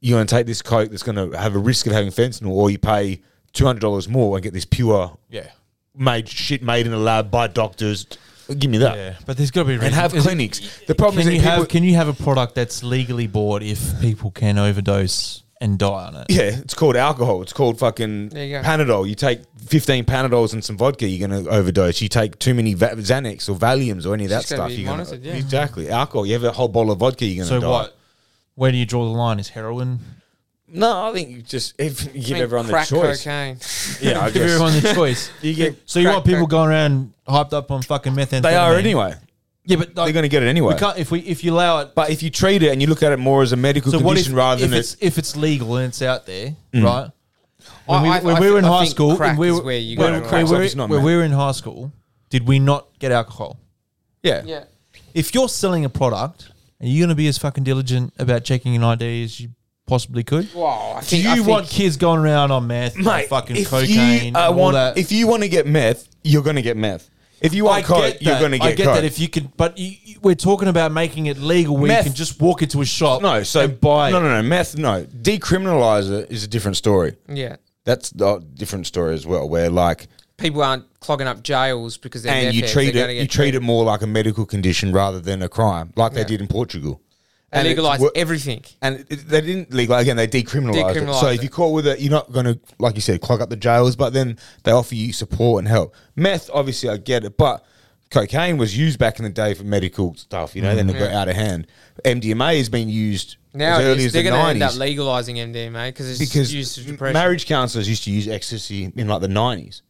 you're going to take this coke that's going to have a risk of having fentanyl, or you pay two hundred dollars more and get this pure Yeah, made shit made in a lab by doctors, give me that. yeah. But there's got to be And have is it- clinics. The problem Can is you that people, have can you have a product that's legally bought if people can overdose and die on it? yeah, it's called alcohol. It's called fucking There you go. Panadol. You take fifteen Panadols and some vodka, you're going to overdose. You take too many Va- Xanax or Valiums or any of that It's just gotta stuff, be you're going monitored, yeah. exactly alcohol. You have a whole bottle of vodka, you're going So to die. what? Where do you draw the line? Is heroin? No, I think you just if you give I mean, everyone the crack choice. cocaine. Yeah, I Give *laughs* everyone the choice. *laughs* you get. So you Crack want people cocaine. going around hyped up on fucking methamphetamine? They are anyway. Yeah, but They're like, going to get it anyway. we can't if we if you allow it. But if you treat it and you look at it more as a medical So what if, condition rather if than Mm. it's it's, if it's legal and it's out there, right? When I- we, I- when I we were in think- I high think school, crack and we is were, where you when, go when wrong. we were, It's not when meth. we were in high school, did we not get alcohol? yeah. yeah. If you're selling a product, are you going to be as fucking diligent about checking an ID as you possibly could? Wow. I Do think, you I think, want kids going around on meth, and Mate, fucking if cocaine, you and uh, all want that? if you want to get meth, you're going to get meth. If you want coke, you're that. going to get I get coke. that if you could, but you, you- we're talking about making it legal where Meth- you can just walk into a shop. no, so and buy. no, no, no, meth. No, decriminalize it is a different story. Yeah. That's a different story as well. Where like People aren't clogging up jails because they're and you meth heads. treat They're gonna it get you treat it more like a medical condition rather than a crime, like they Yeah. did in Portugal. They And it's legalize wo- everything. And it, they didn't legal again. They decriminalized, it. Decriminalised So if it. you caught with it, you're not going to, like you said, clog up the jails. But then they offer you support and help. Meth, obviously, I get it, but cocaine was used back in the day for medical stuff. You know, then it got out of hand. MDMA has been used Mm. Now as early as they're the going to end up nineties legalizing MDMA because it's because used for m- depression. marriage counselors used to use ecstasy in like the nineties.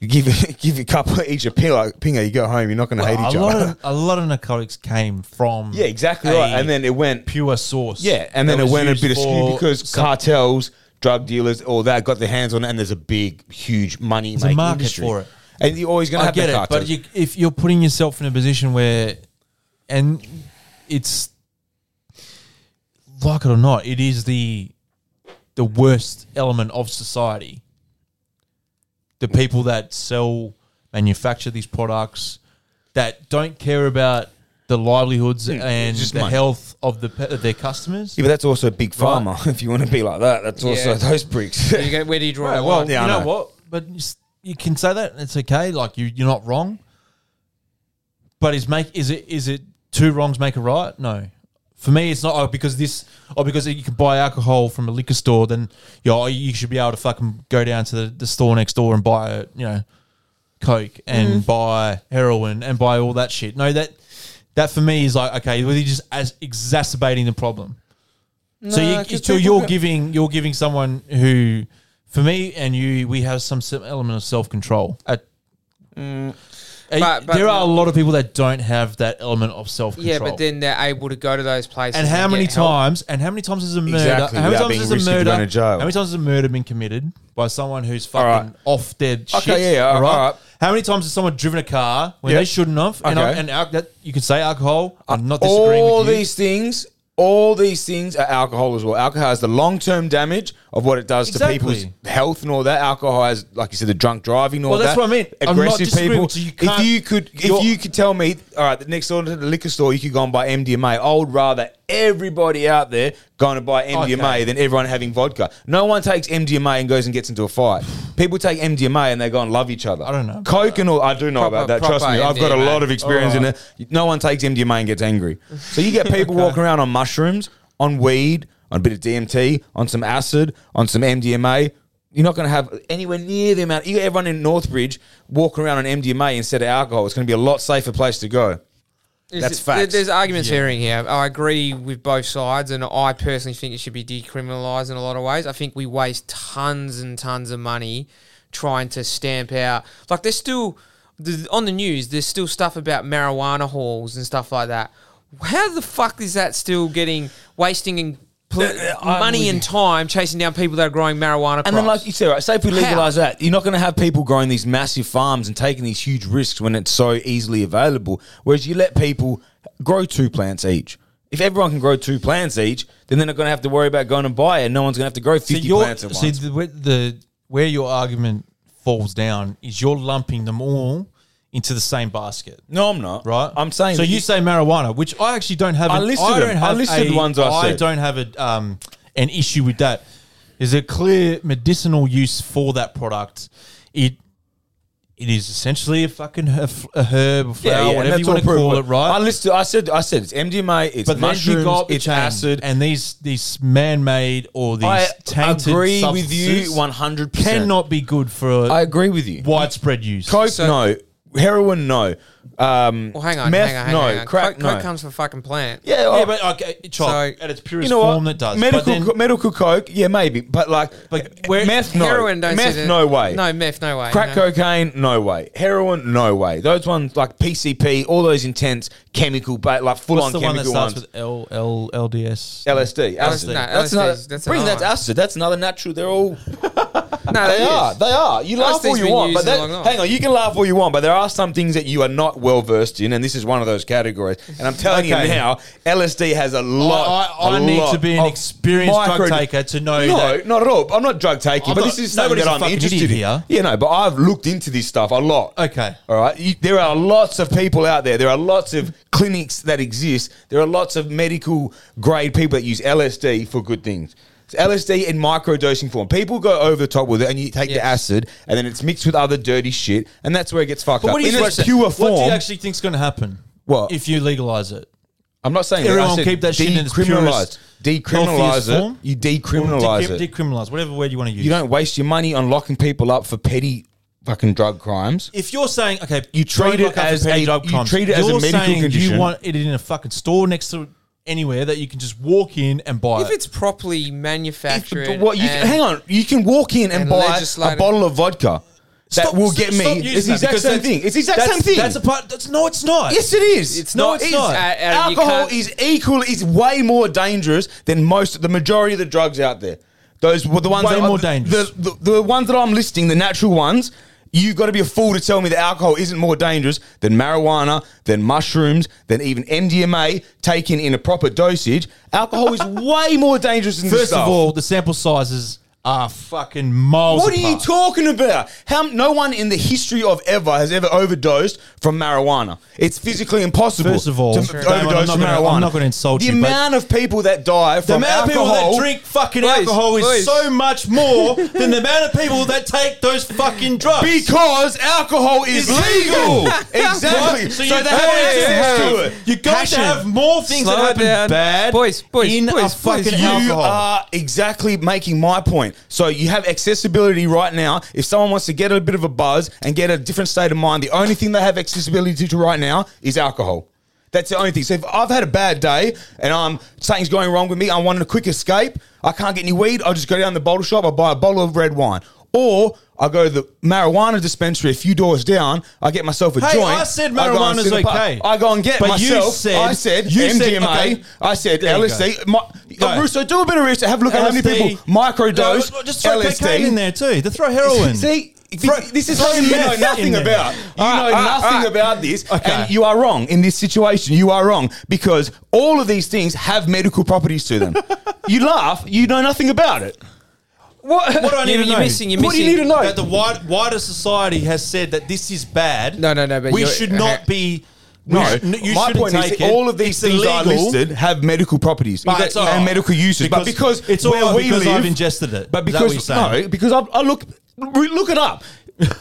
You give *laughs* give a couple each a pill, like, pinger, you go home. You're not going to hate each a lot other. of a lot of narcotics came from *laughs* yeah, exactly a right. And then it went pure source. Yeah, and that then it was went a used bit askew for because some- cartels, drug dealers, all that got their hands on it, and there's a big, huge money a making market industry for it. And you're always going to I have get the it, cartels. but you, if you're putting yourself in a position where, and it's like it or not, it is the the worst element of society. The people that sell, manufacture these products, that don't care about the livelihoods and Hmm, just the money. health of the pe- of their customers. yeah, but that's also big pharma. *laughs* If you want to be like that, that's also Yeah. those *laughs* pricks. You go, where do you draw Right, the well, line? yeah, you I know, know. what? But you, s- you can say that and it's okay. Like you, you're not wrong. But is make is it is it two wrongs make a right? No. For me, it's not oh, because this or because you can buy alcohol from a liquor store, then you know, you should be able to fucking go down to the, the store next door and buy you know coke Mm. and buy heroin and buy all that shit. No, that that for me is like okay, well, you're just as exacerbating the problem. so No, you, 'cause so people you're go- giving you're giving someone who, for me and you, we have some sim- element of self control at uh, But- but- there are a lot of people that don't have that element of self control. Yeah, but then they're able to go to those places. and how many get help. times? And how many times is a murder? Exactly, how many without times being is a risky murder? going to jail. How many times has a murder been committed by someone who's right. fucking off their shit? yeah, yeah, all right. How many times has someone driven a car when Yeah. they shouldn't have? And, Okay. Uh, I- and al- that, you could say alcohol. I'm not disagreeing all with you. these things, all these things are alcohol as well. Alcohol has the long term damage of what it does to Exactly. people's health and all that. Alcohol has, like you said, the drunk driving. and All Well, that's that. what I mean. I'm not Aggressive disagreeing people. with you. You if can't- you could, if you're- you could tell me, all right, the next door to the liquor store, you could go and buy MDMA. I would rather everybody out there going to buy MDMA Okay. than everyone having vodka. No one takes MDMA and goes and gets into a fight. People take MDMA and they go and love each other. I don't know. Coke and all. I do know Proper- about that. Trust me, proper I've got a MDMA. lot of experience in it. No one takes MDMA and gets angry. So *laughs* you get people walking around on mushrooms, on weed, on a bit of DMT, on some acid, on some MDMA. You're not going to have anywhere near the amount. You got everyone in Northbridge walking around on MDMA instead of alcohol. It's going to be a lot safer place to go. Is That's it- facts. there- There's arguments here and here. I agree with both sides, and I personally think it should be decriminalised in a lot of ways. I think we waste tons and tons of money trying to stamp out. Like there's still the, on the news. There's still stuff about marijuana halls and stuff like that. How the fuck is that still getting wasting and pl- Uh, I'm with money and time chasing down people that are growing marijuana? And then, crops? like you said, right, say if we legalize that, you're not going to have people growing these massive farms and taking these huge risks when it's so easily available. Whereas you let people grow two plants each. If everyone can grow two plants each, then they're not going to have to worry about going and buy it. No one's going to have to grow 50 your- plants at see once. the, where the where your argument falls down is you're lumping them all into the same basket. No, I'm not. Right, I'm saying. So that you say marijuana, which I actually don't have. I an- listed I them. don't I have listed a- the ones I said. don't have a um, an issue with that. There's a clear medicinal use for that product. It it is essentially a fucking herf- a herb, or flower, and whatever that's you want to all proven. call it, right? I listed. I said. I said it's MDMA. It's but then mushrooms. you got the it's chain, acid. and these these man-made or these I tainted agree with substances you 100. percent Cannot be good for I agree with you. widespread use. Coke, So- no. Heroin, no. Um, well, hang on, meth, hang on, hang no. on. Hang on. Crack, coke, no. coke comes from fucking plant. yeah, yeah, oh, but okay, So- so, at its purest you know form, what? that does. medical but then, co- medical coke. Yeah, maybe, but like, But where, where- meth, no. Heroin, don't meth, see the- no way. No meth, no way. Crack no. cocaine, no way. Heroin, no way. Those ones like PCP, all those intense chemical, but like full what's on the one that chemical starts ones. with L L L D S? LSD, acid. no, that's LSD 's- another. that's bring another that one. acid. That's another natural. They're all No, They it are. is. They are. You laugh Those all things you been want, but used that, a long time. hang on, you can laugh all you want, but there are some things that you are not well versed in, and this is one of those categories. And I'm telling Okay. you now, LSD has a lot. I- I a need lot to be an of experienced drug taker to know No, that- Oh, not at all. I'm not drug taking, I'm but not- this is something nobody's that a I'm fucking interested in. idiot here. Yeah, no, but I've looked into this stuff a lot. Okay. All right. You, there are lots of people out there. There are lots of clinics that exist. There are lots of medical grade people that use LSD for good things. It's LSD in microdosing form. People go over the top with it, and you take the Yes. acid, and then it's mixed with other dirty shit, and that's where it gets fucked But up. what do you in think- its pure What do form. you actually think's going to happen? What? if you legalize it? I'm not saying Everyone that. I said keep that shit in its decriminalized. purest, Decriminalize healthiest it. form? You decriminalize Decri- it. Decriminalize whatever word you want to use. You don't waste your money on locking people up for petty fucking drug crimes. if you're saying okay, You treat don't it lock up for as petty a- drug you crimes, treat it as a you're medical saying condition. You want it in a fucking store next to anywhere that you can just walk in and buy. If it. it's properly manufactured, But what you and- hang on, you can walk in and, and buy a legislated. bottle of vodka. That Stop- will get stop me. using It's the that exact because same that's- thing. It's the exact that's- same thing. That's a part. That's no, it's not. yes, it is. It's no, not- it it's is. not. Uh, uh, you Alcohol can't- is equal. Is way more dangerous than most, the majority of the drugs out there. Those were the ones Way that more the- dangerous. The, the, the ones that I'm listing, the natural ones. You've got to be a fool to tell me that alcohol isn't more dangerous than marijuana, than mushrooms, than even MDMA *laughs* taken in a proper dosage. Alcohol is way more dangerous than this First stuff. of all, the sample sizes are fucking miles What are you apart. talking about? How no one in the history of ever has ever overdosed from marijuana. It's physically impossible. First of all, to Sure. Damon, I'm overdose not from gonna- I'm marijuana. not gonna insult the you, but- amount of people that die from the amount alcohol, of people that drink fucking Please, alcohol is please. so much more than the amount of people that take those fucking drugs. because alcohol is It's legal. legal. exactly. Right? So, So, you they have access have access hey, to it. You're going Passion. to have more things Slow that happen down. bad Boys, boys, in boys, a fucking boys. You alcohol. are exactly making my point. So you have accessibility right now. If someone wants to get a bit of a buzz and get a different state of mind, the only thing they have accessibility to right now is alcohol. That's the only thing. So if I've had a bad day and I'm something's going wrong with me, I want a quick escape. I can't get any weed. I'll just go down the bottle shop. I buy a bottle of red wine, or I go to the marijuana dispensary a few doors down. I get myself a Hey, joint. I said go and marijuana's sit in the pub. okay. I go and get *laughs* But you myself. said- I said you MDMA. said- okay. I said There you go. LSD. My, Go. Russo, do a bit of research. Have a look at how many LSD. people microdose No, just throw LSD cocaine in there too. To throw heroin. See, thi- Throw- this is throw something you know meth in nothing there. about. You All know right, all nothing right. about this, Okay. and you are wrong in this situation. You are wrong because all of these things have medical properties to *laughs* them. you laugh. You know nothing about it. What? What do I need you're, to you're know? missing. You're What do missing. you need to know? that the wide, wider society has said that this is bad. No, no, no, but we you're- should not be. we No, should- you my shouldn't point is take that it. all of these It's things I illegal. listed have medical properties But that- it's all and right. medical uses. but Because- because it's all where right we because live, I've ingested But it. Is that what because you're saying? no, because I, I look re- look it up.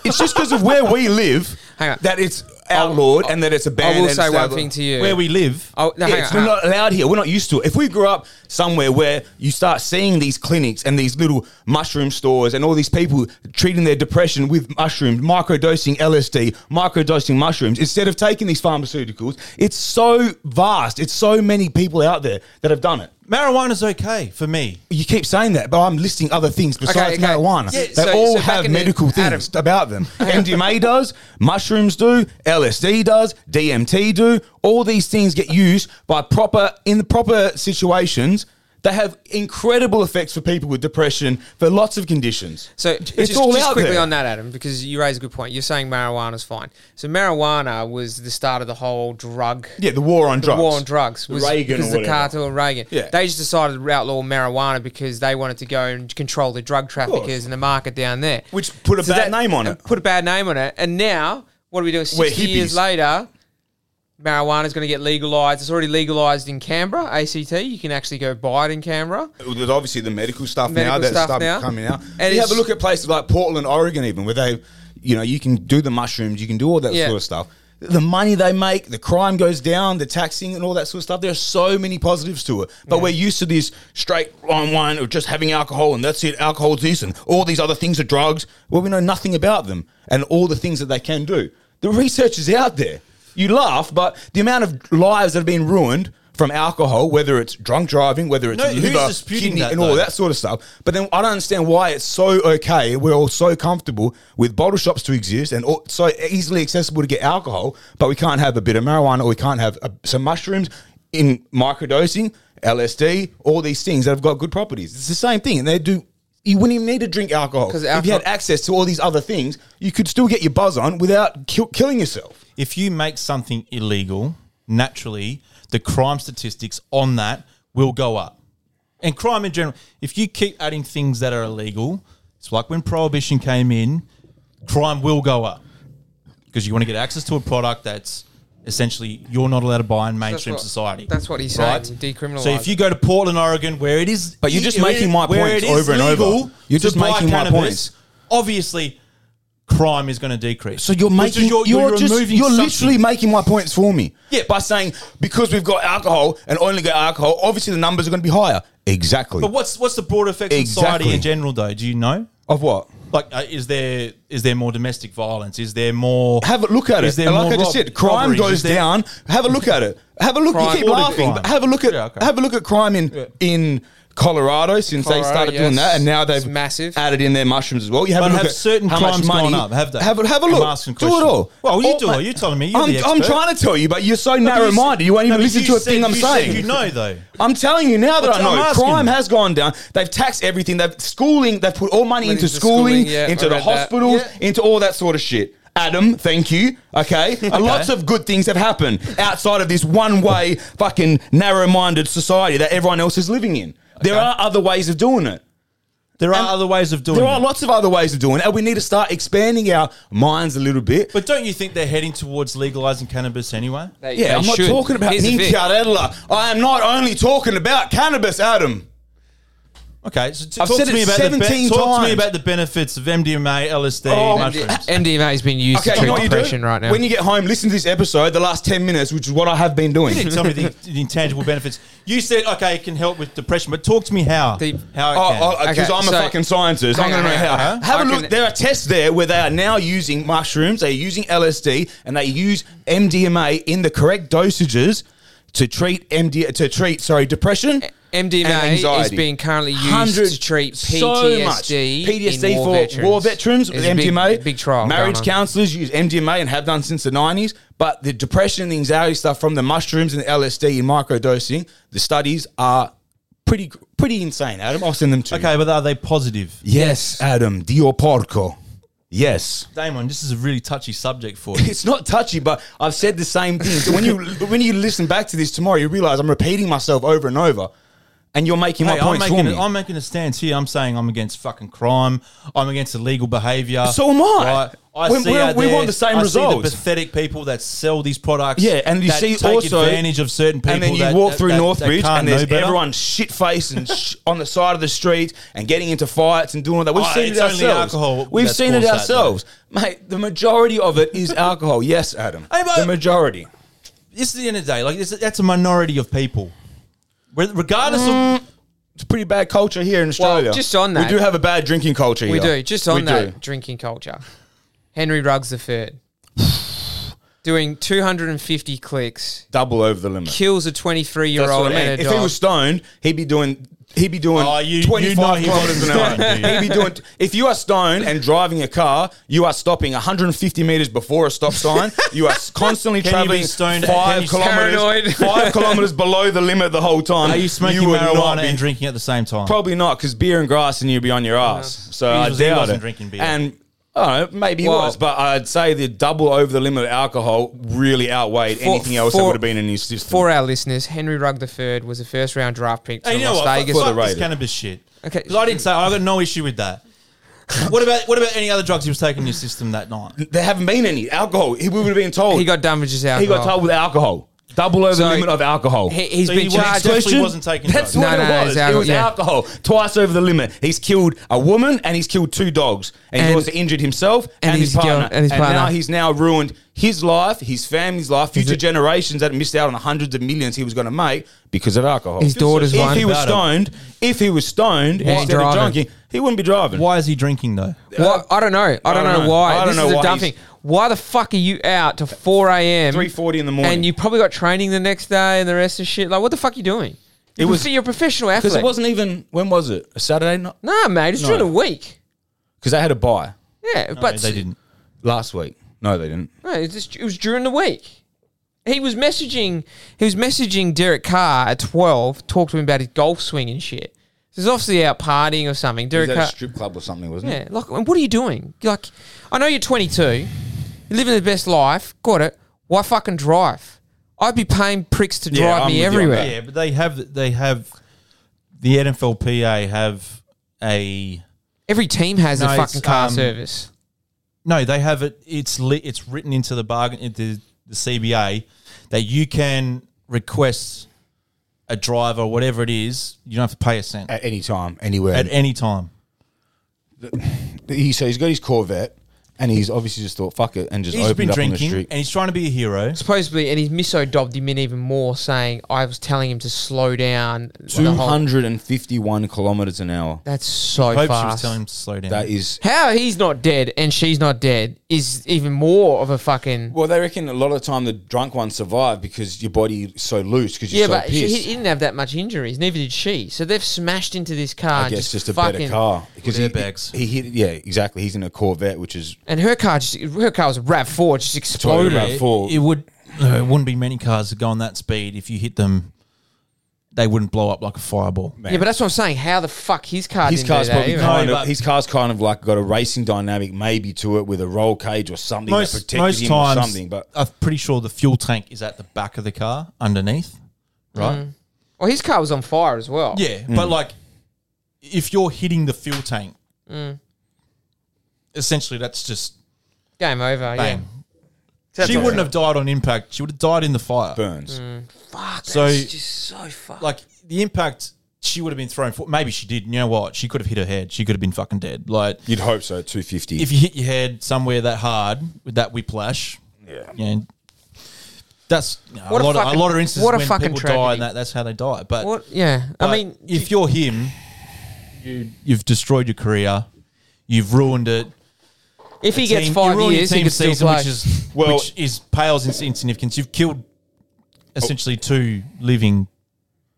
It's just because of where we live Hang on. that it's outlawed and that it's a ban. I will and say it's one outlawed. thing to you. where we live. Oh, no, Yeah, hang on, it's- we're hang on. not allowed here. We're not used to it. If we grew up somewhere where you start seeing these clinics and these little mushroom stores and all these people treating their depression with mushrooms, microdosing LSD, microdosing mushrooms, instead of taking these pharmaceuticals, it's so vast. It's so many people out there that have done it. Marijuana's okay for me. You keep saying that, but I'm listing other things besides okay. marijuana. Yeah, they so- all so back have in the- medical things about *laughs* them. MDMA does, mushrooms do, LSD does, DMT do. All these things get used by proper in the proper situations. They have incredible effects for people with depression, for lots of conditions. So it's just, all just out quickly there. on that, Adam, because you raise a good point. You're saying marijuana's fine. So marijuana was the start of the whole drug. yeah, the war on the drugs. war on drugs was Reagan because or the whatever. cartel and Reagan. Yeah. They just decided to outlaw marijuana because they wanted to go and control the drug traffickers and the market down there. Which put a bad name on and it. Put a bad name on it. And now, what are we doing? We're 60 years hippies. later, marijuana's going to get legalized. It's already legalized in Canberra, ACT. You can actually go buy it in Canberra. There's obviously the medical stuff Medical now that's stuff started now. coming out. And And you have it's- a look at places like Portland, Oregon, even where they, you know, you can do the mushrooms, you can do all that Yeah. sort of stuff. The money they make, the crime goes down, the taxing and all that sort of stuff. There are so many positives to it, but we're used to this straight line line of just having alcohol and that's it. Alcohol's this and all these other things are drugs. Well, we know nothing about them and all the things that they can do. The research is out there. You laugh, but the amount of lives that have been ruined from alcohol, whether it's drunk driving, whether it's No, who's liver, disputing kidney, that, and all though? that that sort of stuff. But then I don't understand why it's so okay. We're all so comfortable with bottle shops to exist and all, so easily accessible to get alcohol, but we can't have a bit of marijuana or we can't have a, some mushrooms in microdosing, LSD, all these things that have got good properties. It's the same thing, and they do. You wouldn't even need to drink alcohol. 'Cause if you had alcohol- access to all these other things, you could still get your buzz on without kill, killing yourself. If you make something illegal, naturally the crime statistics on that will go up, and crime in general. If you keep adding things that are illegal, it's like when prohibition came in, crime will go up because you want to get access to a product that's essentially you're not allowed to buy in mainstream what- society. that's what he's saying, decriminalise So if you go to Portland, Oregon, where it is, But you're just where making my where points it is over and over. legal You're to just buy making my cannabis, points. Obviously, crime is going to decrease. So you're Which making is you're, just removing you're something. literally making my points for me. Yeah. by saying because we've got alcohol and only got alcohol, obviously the numbers are going to be higher. Exactly. But what's what's the broad effect on society Exactly. in general, though? Do you know? of what? Like, uh, is there is there more domestic violence? Is there more? Have a look at Is it. there And more like I just rob- said, crime robberies? goes Is there- down. Have a look at it. Have a look. Crime. You keep Order laughing, crime. but have a look at Yeah, okay. have a look at crime in in Colorado since they Colorado, started doing yes. that, and now they've It's massive. added in their mushrooms as well. You have But a look have at certain how much crimes money gone up, have they? Have a, have a I'm look. asking Do it all. questions. Well, you All do my- it. You tell me. You're I'm, the I'm expert. trying to tell you, but you're so No, but you s- narrow-minded. You won't no, even but listen you to a said- thing I'm you said saying. You know, though. I'm telling you now that But I know I'm asking crime you. has gone down. They've taxed everything. They've schooling. They've put all money Money into into schooling, schooling, yeah, I into the read that. hospitals, into all that sort of shit. Adam, thank you. *laughs* Okay, And lots of good things have happened outside of this one-way fucking narrow-minded society that everyone else is living in. There are other ways of doing it. There are And other ways of doing There it. are lots of other ways of doing it, and we need to start expanding our minds a little bit. But don't you think they're heading towards legalizing cannabis anyway? They- yeah, they I'm not should. talking about Here's the Ninja thing. Adela. I am not only talking about cannabis, Adam. Okay, so t- I've talk, said to me, it about the 17 talk to me times. about the benefits of MDMA, LSD, Oh, mushrooms. MDMA is being used to you know treat what you do? depression right now. When you get home, listen to this episode, the last 10 minutes, which is what I have been doing. *laughs* You didn't tell me the, the intangible benefits. You said, okay, it can help with depression, but talk to me how. The- how it can. Oh, because Okay, I'm so- a fucking scientist. I'm Hang going on, to know hang how. on, hang on. Have a I look. can- There are tests there where they are now using mushrooms, they're using LSD, and they use MDMA in the correct dosages to treat MD to treat sorry depression. and MDMA is anxiety. being currently used 100 to treat PTSD. so much. in PTSD war for veterans. war veterans. There's a big- MDMA, big, trial. going Marriage on. counsellors use MDMA and have done since the nineties. But the depression and the anxiety stuff from the mushrooms and the LSD and microdosing, the studies are pretty pretty insane. Adam, I'll send them to you. okay, but are they positive? Yes, Adam, Dio Porco. Yes. *laughs* Damon, this is a really touchy subject for you. It's not touchy, but I've said the same thing. So when you *laughs* when you listen back to this tomorrow, you realize I'm repeating myself over and over, and you're making my Hey, I'm, points for making me. a, I'm making a stance here. I'm saying I'm against fucking crime. I'm against illegal behaviour. So am I. I We- see we- out we there- want the same I See the results. pathetic people that sell these products. yeah, and you that see take also advantage of certain people. and then you that- walk that- through that- that Northbridge, can't and there's know better. everyone shit faced and sh- on the side of the street and getting into fights and doing all that. We've Oh, seen it's it only ourselves. alcohol We've that's seen it caused that, ourselves, mate. The majority of it is alcohol. Yes, Adam. Hey, but- the majority. This is the end of the day. Like this, that's a minority of people. Re- Regardless Mm. of It's a pretty bad culture here in Australia. just on that- we do have a bad drinking culture. We here. do. Just on We do. that drinking culture. Henry Ruggs *sighs* III. Doing 250 clicks. double over the limit. Kills a 23 year That's old what I mean. and a If dog. he was stoned, he'd be doing. He'd be doing Oh, you- you 25 know he kilometers an wasn't hour. *laughs* stoned, do you? He'd be doing. If you are stoned and driving a car, you are stopping 150 meters before a stop sign. You are constantly Can you be traveling stoned- can five you- Paranoid. kilometers, *laughs* five kilometers below the limit the whole time. *laughs* are you smoking would not marijuana be- and drinking at the same time? Probably not, because beer and grass, and you'd be on your ass. So He I was- he doubt wasn't it. drinking beer. And oh, maybe he Well- was, but I'd say the double over the limit of alcohol really outweighed For- anything else for- that would have been in his system. For our listeners, Henry Rugg III was a first round draft pick to Hey, you know Las what? Fuck- Vegas. Fuck, For the this Raiders. cannabis shit. Okay. Because I didn't say I got no issue with that. what about what about any other drugs he was taking in your system that night? There haven't been any alcohol. He, we would have been told. he got damages out. He got told with alcohol. Double over So- the limit of alcohol. He, has So been he charged. definitely wasn't taking That's drugs. what No, it no, was. it's it alcohol, was yeah. alcohol. Twice over the limit. He's killed a woman and he's killed two dogs. And, And- he's also injured himself and and, he's his partner. killed- and his partner. now he's now ruined his life, his family's life, future it- generations that missed out on the hundreds of millions he was going to make because of alcohol. His daughter's if one. he was About stoned, if he was stoned Why- instead of driving. drinking, he wouldn't be driving. Why is he drinking though? Why- I don't know. I don't, know, why. I don't this know is a why dumb he's- thing. Why the fuck are you out to 4 a.m. 3:40 in the morning. And you probably got training the next day and the rest of shit. Like, what the fuck are you doing? It was- was, you're a professional athlete. Because it wasn't even when was it? A Saturday night? Nah, mate, it's No. during the week. Because they had a buy Yeah, No, but they didn't. last week. No, they didn't. No, it's just, it was during the week. He was messaging. He was messaging Derek Carr at twelve. Talked to him about his golf swing and shit. So he's obviously out partying or something. It was Derek at a Carr. strip club or something, wasn't Yeah, it? like, and what are you doing? Like, I know you're 22. You're living the best life. Got it. Why fucking drive? I'd be paying pricks to Yeah, drive I'm me with you on everywhere. Yeah, but they have they have the NFLPA have a Every team has No, a it's, fucking car um, service. no. They have it. It's lit. It's written into the bargain into the CBA that you can request a driver, whatever it is. You don't have to pay a cent At any time, anywhere. at any time. he, so he's got his Corvette, and he's obviously just thought, "Fuck it," and just He's opened been up on the drinking street. and he's trying to be a hero. supposedly, and he's misodobbed him in even more, saying I was telling him to slow down. Two the whole- hundred and fifty-one kilometers an hour. That's so I hope she was fast. telling him to slow down. That is How he's not dead and she's not dead is even more of a fucking. well. They reckon a lot of time the drunk ones survive because your body is so loose because Yeah, you're so but he, pissed. he didn't have that much injuries. Neither did she. So they've smashed into this car. I and guess just, just a fucking, better car because he, airbags. he hit. Yeah, exactly. He's in a Corvette, which is And her car, just, her car was a Rav Four. It just exploded. Rav. Four. It would. no, it wouldn't be many cars that go on that speed. If you hit them, they wouldn't blow up like a fireball. Yeah, but that's what I'm saying. How the fuck his car? his didn't car's do that probably either. kind No, of but- his car's kind of like got a racing dynamic maybe to it with a roll cage or something that Most protected most him times, or something. But I'm pretty sure the fuel tank is at the back of the car underneath, right? Well, his car was on fire as well. Yeah, but like if you're hitting the fuel tank, Mm. essentially that's just Game over. bang. Yeah. That's She all wouldn't right. have died on impact. She would have died in the fire. Burns. Fuck. So- that's just so fuck. Like the impact, she would have been thrown. For, maybe she did. You know what? She could have hit her head. She could have been fucking dead. Like You'd hope so. Two fifty. if you hit your head somewhere that hard with that whiplash, Yeah. yeah, that's you know, What a a, lot of, fucking- a lot of instances what a when fucking people die tragedy. and that, that's how they die. But What? Yeah. I But mean, if you're him, you you've destroyed your career, you've ruined it. if he gets Team- five you ruined years, your he team can still season, play. *laughs* which is Well- which is pales in insignificance. You've killed essentially two living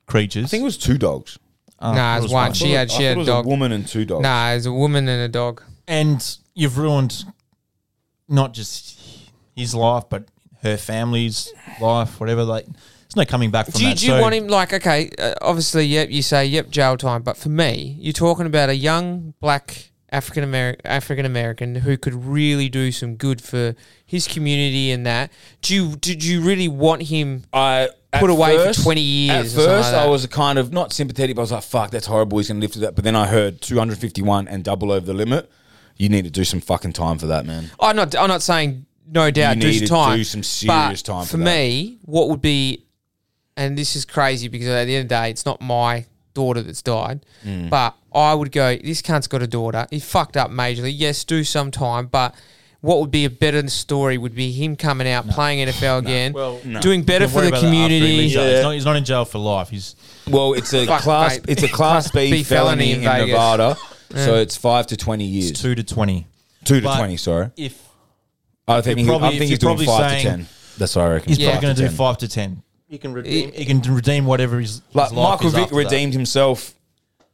creatures. I think it was two dogs. nah, it it's was one. one. She had I she thought had it a was dog. a woman and two dogs. Nah, it's a woman and a dog. and you've ruined not just his life, but her family's life, whatever. Like, there's no coming back from Do you, that. do you So- want him like okay? Uh, obviously, yep. You say yep, jail time. But for me, you're talking about a young black African American African American who could really do some good for his community and that. Do you did you really want him? I at Put away for 20 years At or something first, like that. I was kind of not sympathetic, but I was like, "Fuck, that's horrible. He's going to live through that." But then I heard 251 and double over the limit. You need to do some fucking time for that, man. I'm not. I'm not saying no doubt. You do need some to time. do some but serious time for that. me, what would be, and this is crazy because at the end of the day, it's not my daughter that's died, Mm. but I would go. This cunt's got a daughter. He fucked up majorly. Yes, do some time, but. What would be a better story would be him coming out playing NFL again, Well, no. doing better Don't for worry the about that after he community. leaves jail. Yeah. He's, not, he's not in jail for life. He's Well, it's *laughs* a Fuck, class. mate. It's a class B, B felony felony, in in, Vegas. Nevada, so it's five to 20 years. it's two to twenty. two to but- 20. Sorry, If I think you're he- probably- I think if he's you're doing probably five to saying- 10. That's what I reckon. he's Yeah. probably going to do 10. five to ten. He can redeem. He- He, can redeem whatever he's Like Michael Vick redeemed himself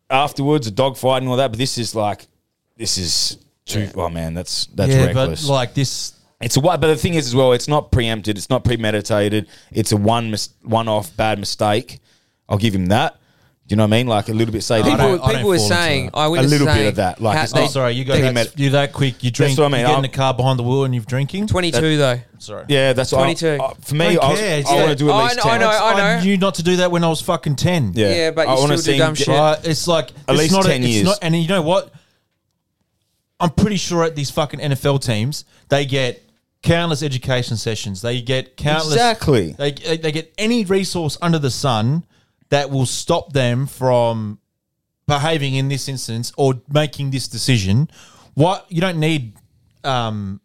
afterwards, a dog fight and all that. But this is like, this is too. Oh man, that's that's yeah, reckless. but like this, It's a one, but the thing is as well, it's not preempted, it's not premeditated. It's a one mis- one-off bad mistake. I'll give him that. Do you know what I mean? Like a little bit sadistic. I People, don't- I don't people were fall into saying, that. I A little bit of that, like, it's oh, not- sorry, sorry, you go Think he that, meant- you that quick. You drink. what I mean, You get in I'm- the car behind the wheel and you're drinking. 22 though. Sorry. yeah, that's what I- 22. I- for me, Don't I, was- care, it's I want to like- do at I least know- 10. I know- I I knew not to do that when I was fucking ten. Yeah, Yeah, but you I wanna still do see him dumb get- shit. Right? It's like it's least not a- 10 it's years. Not, and you know what? I'm pretty sure at these fucking NFL teams, they get countless education sessions. They get countless. Exactly. They they get any resource under the sun that will stop them from behaving in this instance or making this decision. What you don't need. Um,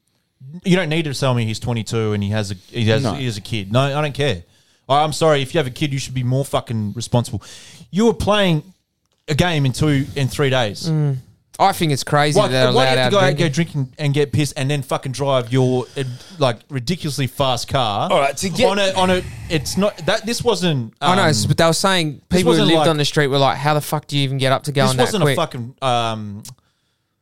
you don't need to tell me he's 22 and he has a he has No. he has a kid. No, I don't care. I- I'm sorry if you have a kid, you should be more fucking responsible. You were playing a game in two in three days. I think it's crazy Why, that they're why do allowed you have to out go out and drinking. go drinking and get pissed and then fucking drive your uh, like ridiculously fast car? All right, to get- on a on a it's not that this wasn't. Um, I know, it's- but they were saying people who wasn't lived like- on the street were like, "How the fuck do you even get up to go this on that wasn't a quick?" fucking um,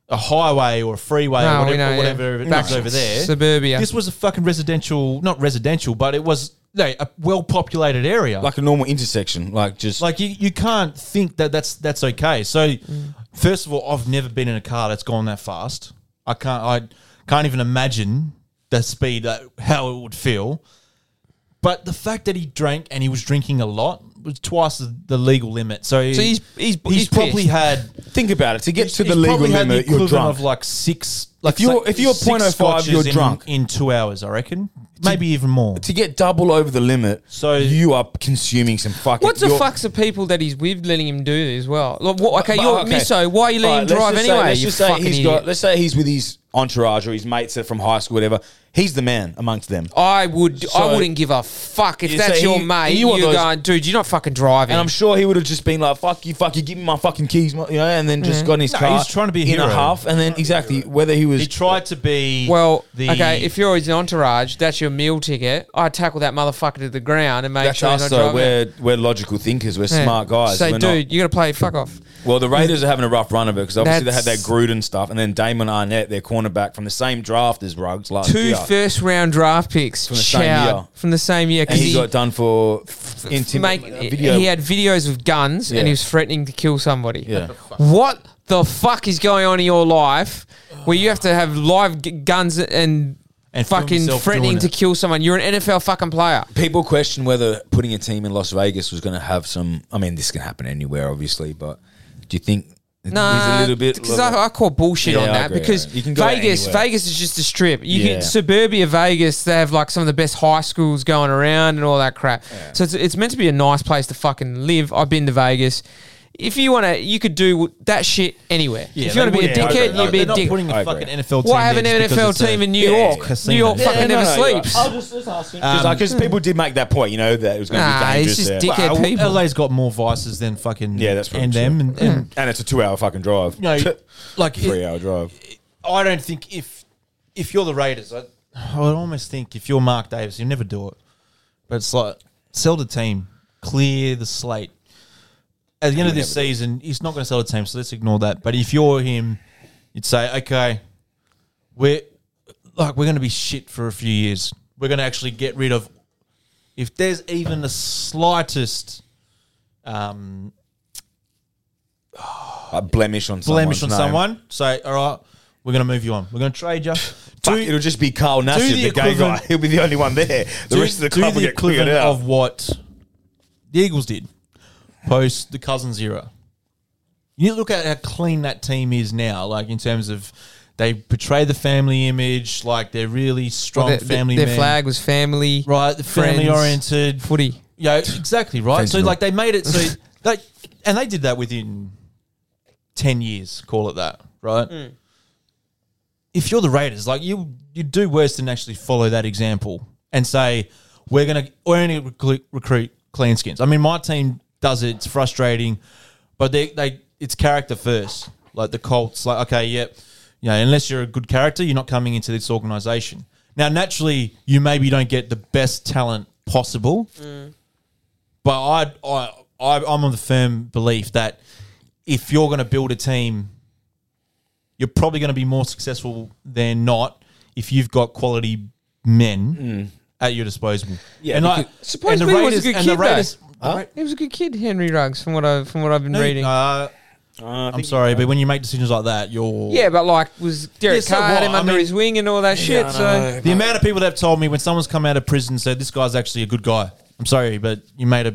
a highway or a freeway No, or we whatever, know, or whatever yeah. it Back was over there. suburbia. This was a fucking residential, not residential, but it was no, a well populated area. Like a normal intersection, like just Like you, you can't think that that's that's okay. So, Mm. first of all, I've never been in a car that's gone that fast. I can't. I can't even imagine the speed that how it would feel. But the fact that he drank and he was drinking a lot was twice the, the legal limit. So, he's- he's- he's probably pissed. had think about it. To get he's- to the he's legal probably had limit, the you're equivalent drunk. of like six. Like you're- sa- if you're six 0.05, you're scotches in- drunk. in two hours. I reckon maybe even more. to get double over the limit, So- you are consuming some fucking. What's the you're- fucks of people that he's with letting him do this as well? Like, what, okay, But, you're okay. miso. Why are you All letting him right, let's drive just anyway? Say, let's you just say fucking he's idiot. got. Let's say he's with his entourage or his mates that are from high school, whatever. He's the man amongst them. I would. I So- wouldn't give a fuck if Yeah, that's so your he- mate. he You want are those- going, dude. You're not fucking driving. And I'm sure he would have just been like, "Fuck you, fuck you, give me my fucking keys," my- you know, and then Mm-hmm. just got in his No, car. he's trying to be a in hero. a half, and then exactly whether he was. he tried to be well, the- okay. If you're his entourage, that's your meal ticket. I tackle that motherfucker to the ground and make that's sure us he's not though. driving. We're we're logical thinkers. We're Yeah. smart guys. Say, We're not- dude, you got to play. Fuck off. Well, the Raiders are having a rough run of it because obviously they had That's- that Gruden stuff, and then Damon Arnett, their cornerback from the same draft as Ruggs last Two year, round draft picks From the same showered year. from the same year. 'cause and he got done for intimate make video. he had videos of guns Yeah. and he was threatening to kill somebody. Yeah. What the fuck is going on in your life where you have to have live g- guns and, And film fucking yourself threatening doing to it. kill someone? You're an NFL fucking player. People question whether putting a team in Las Vegas was going to have some. I mean, this can happen anywhere, obviously, but do you think He's Nah, a little bit. Uh, because I, I call bullshit Yeah, on I that agree, because yeah. You can go Vegas, anywhere. Vegas is just a strip. You Yeah. can suburbia Vegas. They have like some of the best high schools going around and all that crap. So it's, it's meant to be a nice place to fucking live. I've been to Vegas. If you want to, you could do w- that shit anywhere. if you want to be a yeah, I agree. dickhead, No, you'd be They're a not dick. putting I a agree. fucking NFL team. Why have an there just NFL because it's team a- in New York? casino. New York Yeah, fucking no, never no, you're right. sleeps. Um, I was just, just asking. Because people did make that point, you know, that it was going to Nah, be it's dangerous. just there. dickhead Well, people. LA's got more vices than fucking Yeah, that's what and I'm them and, and and it's a two-hour fucking drive. *laughs* you know like it- three-hour drive. I don't think if if you're the Raiders, I, I would almost think if you're Mark Davis, you never do it. But it's like sell the team, clear the slate. At the end of this season, he's not going to sell the team, so let's ignore that. But if you're him, you'd say, okay, we're like we're going to be shit for a few years. We're going to actually get rid of if there's even the slightest um, A blemish on someone. blemish on someone, say, all right, we're going to move you on. We're going to trade you. Fuck, it'll just be Carl Nassib, the, the gay guy. equivalent- *laughs* He'll be the only one there. The rest of the club do will the get cleared equivalent out. of what the Eagles did post the Cousins era. You look at how clean that team is now, like in terms of they portray the family image, like they're really strong Their- family Their men, flag was family, right? The friends, family oriented, footy. yeah, exactly right. So Fentanyl. like they made it so they and they did that within ten years. Call it that, right? If you're the Raiders, like you, you do worse than actually follow that example and say we're gonna we're gonna recruit, recruit clean skins. I mean, my team does it. It's frustrating, but they they it's character first. Like the Colts, like okay, yep, you know, unless you're a good character, you're not coming into this organization. Now, naturally, you maybe don't get the best talent possible, Mm. but I, I, I, I'm of the firm belief that if you're going to build a team, you're probably going to be more successful than not if you've got quality men at your disposal. Yeah, and, I, Supposedly he Mm. was a good kid, though. Huh? He was a good kid, Henry Ruggs, from what I from what I've been No, reading. uh, I'm sorry, but when you make decisions like that, you're yeah, but like was Derek Yeah, so Carr what? had him I under mean- his wing and all that shit. So The amount of people that have told me when someone's come out of prison said this guy's actually a good guy. I'm sorry, but you made a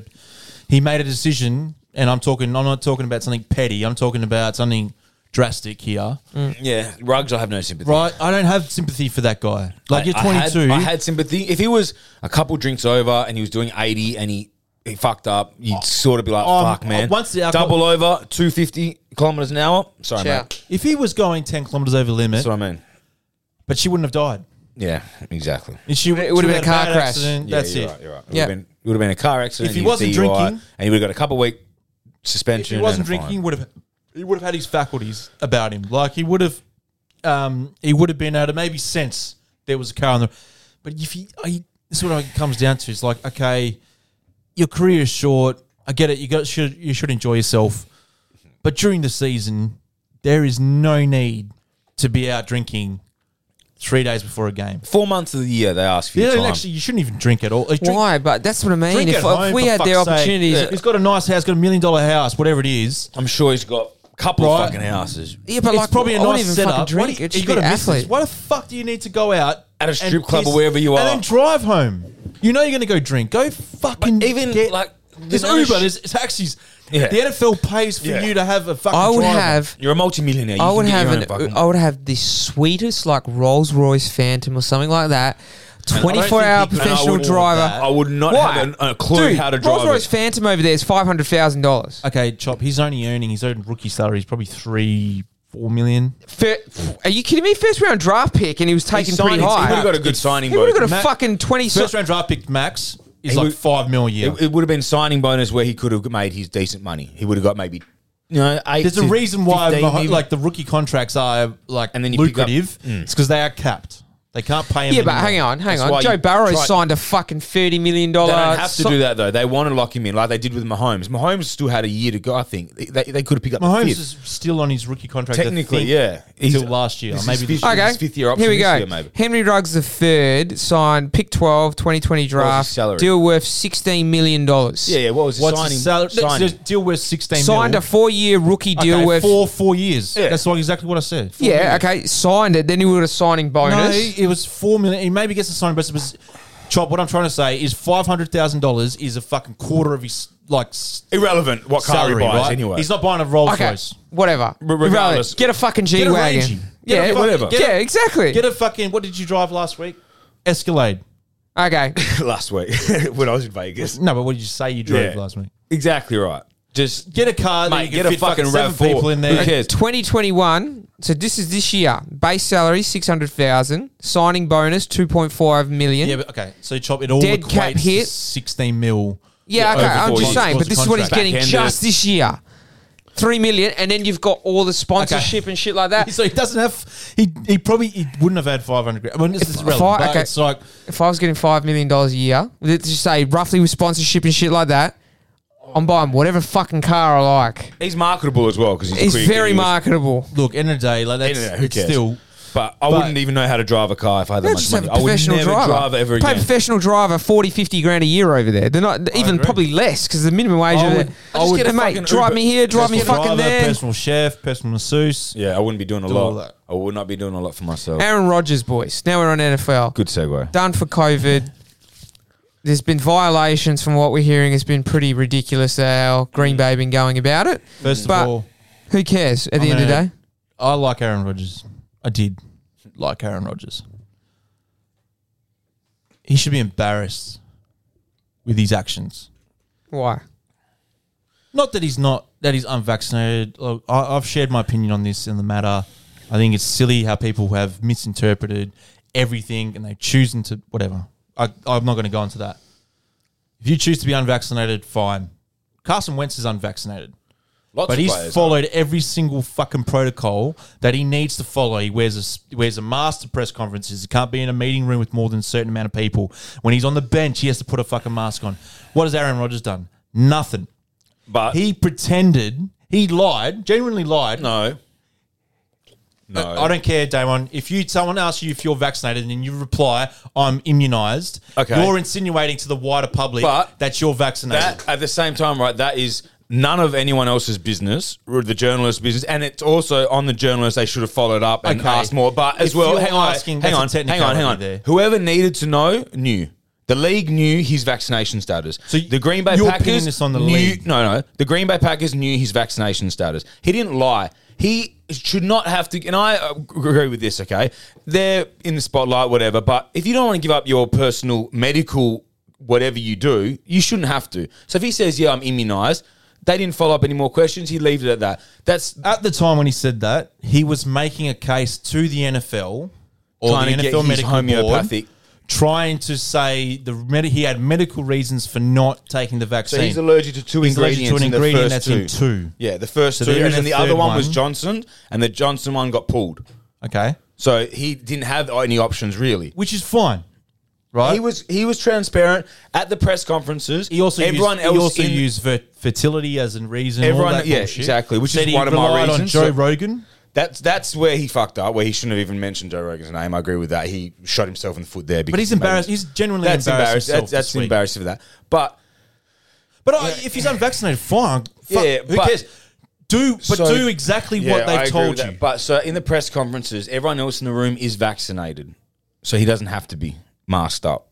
he made a decision, and I'm talking. I'm not talking about something petty. I'm talking about something drastic here, Mm. yeah, rugs. I have no sympathy. right? I don't have sympathy for that guy. Like you're I- I had- 22. I had, sympathy. If he was a couple drinks over and he was doing 80 and he, he fucked up, you'd sort of be like, um, fuck, man. once the alcohol- Double over, 250 kilometers an hour. Sorry, Ciao. mate. if he was going 10 kilometers over limit, That's what I mean. but she wouldn't have died. Yeah, exactly. And she, It would've she been a had car bad crash. accident, Yeah, That's you're it. Right, you're right. It Yeah. would have been, it would have been a car accident. If he you was wasn't DUI, drinking- and he would have got a couple week If he suspension. and wasn't a fine. drinking, would have he would have had his faculties about him. Like he would have, um, he would have been able to maybe sense there was a car on the. But if he, I, this is what it comes down to. It's like okay, your career is short. I get it. You got should you should enjoy yourself, but during the season, there is no need to be out drinking three days before a game. Four months of the year, they ask for You your don't time. actually, you shouldn't even drink at all. Like, drink- why? But that's what I mean. drink If, at if home, we for had their fuck's sake. opportunities, yeah. He's got a nice house, got a million dollar house, whatever it is. I'm sure he's got a couple Right. of fucking houses. but it's like probably a I wouldn't nice even fucking setup. drink. What do you- it you should be gotta miss this. athlete. Why the fuck do you need to go out At a and strip club or piss wherever you and are? then drive home? You know you're going to go drink. Go fucking But even, get, like, there's you know, Uber, sh- there's taxis. Yeah. The NFL pays for Yeah. you to have a fucking. I would driver. have. You're a multimillionaire. You I would can get have your an. own fucking- I would have the sweetest like Rolls Royce Phantom or something like that. Twenty-four think hour he- and I professional wouldn't want that. driver. I would not Why? have a, a clue Dude, how to Rolls drive Royce it. Phantom over there is five hundred thousand dollars. Okay, chop. He's only earning his own rookie salary. He's probably three, four million. Are you kidding me? First round draft pick, and he was taken signed pretty his high. He would have got a good signing He would bonus. have got a Matt- fucking twenty. First round draft pick max is He like would- five mil a year. It, it would have been signing bonus where he could have made his decent money. He would have got maybe, you know, eight. There's a to reason why 15 Mah- maybe. like the rookie contracts are like And then you pick up- Mm. lucrative. It's because they are capped. They can't pay him. Yeah, but anymore. hang on, hang That's why on. Joe you Burrow try- signed a fucking thirty million they dollar. don't have to uh, do that though. They want to lock him in, like they did with Mahomes. Mahomes still had a year to go. I think they, they, they could have picked up Mahomes the fifth. is still on his rookie contract. I technically, think, yeah, Till last year, this is maybe this fifth, year. Okay, his fifth year option. Here we this go. year, maybe. Henry Ruggs the third signed pick 12, 2020 draft salary? deal worth sixteen million dollars. Yeah, yeah. What was his What's signing? his salary? signing. Signing. Deal worth sixteen. signed mil. a four year rookie Okay, deal worth. four four years. Yeah. That's like exactly what I said. Four yeah, years. okay, signed it. Then he would have signing No, bonus. it was four million. He maybe gets a signing bonus. It was, Chop. What I'm trying to say is five hundred thousand dollars is a fucking quarter of his like s- Irrelevant. What car he salary. buys right? anyway. He's not buying a Rolls Okay. Royce. whatever. regardless. get a fucking G Get a wagon. Rangy. Yeah, Get a fucking- whatever. Get, yeah, exactly. get a fucking. What did you drive last week? Escalade. *laughs* okay, *laughs* last week when I was in Vegas. No, but what did you say you drove Yeah. last week? Exactly right. Just Get a car. that Mate, you get can a fit fucking seven RAV4. people in there. Who cares? 2021. So this is this year. Base salary six hundred thousand. Signing bonus two point five million. Yeah, but okay. So chop it all. Dead equates cap to hit. Sixteen mil. Yeah, okay. over I'm four just years. saying, but Plus this is what he's contract. getting Back-ended. just this year. Three million, and then you've got all the sponsorship and shit like that. *laughs* So he doesn't have. He he probably he wouldn't have had five hundred grand. I mean, this If- is fi- relevant. but okay. It's like If I was getting five million dollars a year, let's just say roughly with sponsorship and shit like that, I'm buying whatever fucking car I like. he's marketable as well because he's, It's quick very and he was- marketable. look, end of the day, like that's End of the day, who it's cares? still. But I But- wouldn't even know how to drive a car if I had that They much just have money. a I would professional never driver. drive ever Pay a again. professional driver 40, 50 grand a year over there. They're not even agree. probably less because the minimum wage. I over would- there. I just Hey, get a mate, fucking drive Uber. me here, drive me Personal fucking driver, there. Personal chef, personal masseuse. Yeah, I wouldn't be doing a all lot. that. I would not be doing a lot for myself. Aaron Rodgers, boys. Now we're on NFL. Good segue. done for COVID. There's been violations from what we're hearing. It's been pretty ridiculous how Green Mm. Bay been going about it. First But- of all, Who cares at the end I of the mean- day? I like Aaron Rodgers. I did like Aaron Rodgers. He should be embarrassed with his actions. Why? Not that he's not that he's unvaccinated. Look, I, I've shared my opinion on this in the matter. I think it's silly how people have misinterpreted everything and they've chosen to whatever. I, I'm not going to go into that. If you choose to be unvaccinated, fine. Carson Wentz is unvaccinated. Lots But of he's players. followed every single fucking protocol that he needs to follow. He wears a s- he wears a mask to press conferences. He can't be in a meeting room with more than a certain amount of people. When he's on the bench, he has to put a fucking mask on. What has Aaron Rodgers done? Nothing. but He pretended. He lied. Genuinely lied. no, no. I don't care, Damon. If you someone asks you if you're vaccinated and you reply, "I'm immunized," Okay. you're insinuating to the wider public But that you're vaccinated. That at the same time, right? That is none of anyone else's business, or the journalist's business, and it's also on the journalist. They should have followed up and Okay. asked more. But as If well, you're hang on, asking, hang that's a on, hang on, technicality hang on. there. Whoever needed to know knew. The league knew his vaccination status. So the Green Bay you're Packers pinning this on the knew, league. No, no, the Green Bay Packers knew his vaccination status. He didn't lie. He should not have to. And I uh, agree with this. Okay, they're in the spotlight, whatever. But if you don't want to give up your personal medical, whatever you do, you shouldn't have to. So if he says, "Yeah, I'm immunized," they didn't follow up any more questions. He leaves it at that. That's at the time when he said that, he was making a case to the NFL or Trying the to get NFL his medical homeopathic- board, trying to say the med- he had medical reasons for not taking the vaccine. so he's allergic to two He's allergic ingredients. to an in the ingredient first that's in two. Yeah, the first So two, there and is then a the other third one, was one. Johnson, and the Johnson one got pulled. okay, So he didn't have any options really. which is fine, right? He was he was transparent at the press conferences. He also everyone used, else he also in- used ver- fertility as a reason. Everyone- all that yeah, bullshit. exactly, which is Said he one of my relied reasons. On Joe So- Rogan. that's that's where he fucked up. Where he shouldn't have even mentioned Joe Rogan's name. I agree with that. He shot himself in the foot there. But he's embarrassed. He's genuinely that's embarrassed. embarrassed. himself That's, that's this week. embarrassing for that. But But uh, if he's unvaccinated, fine. Fuck, Yeah, who but- cares? Do but So- do exactly yeah, what I they've agree told with you. that. But so in the press conferences, everyone else in the room is vaccinated, so he doesn't have to be masked up.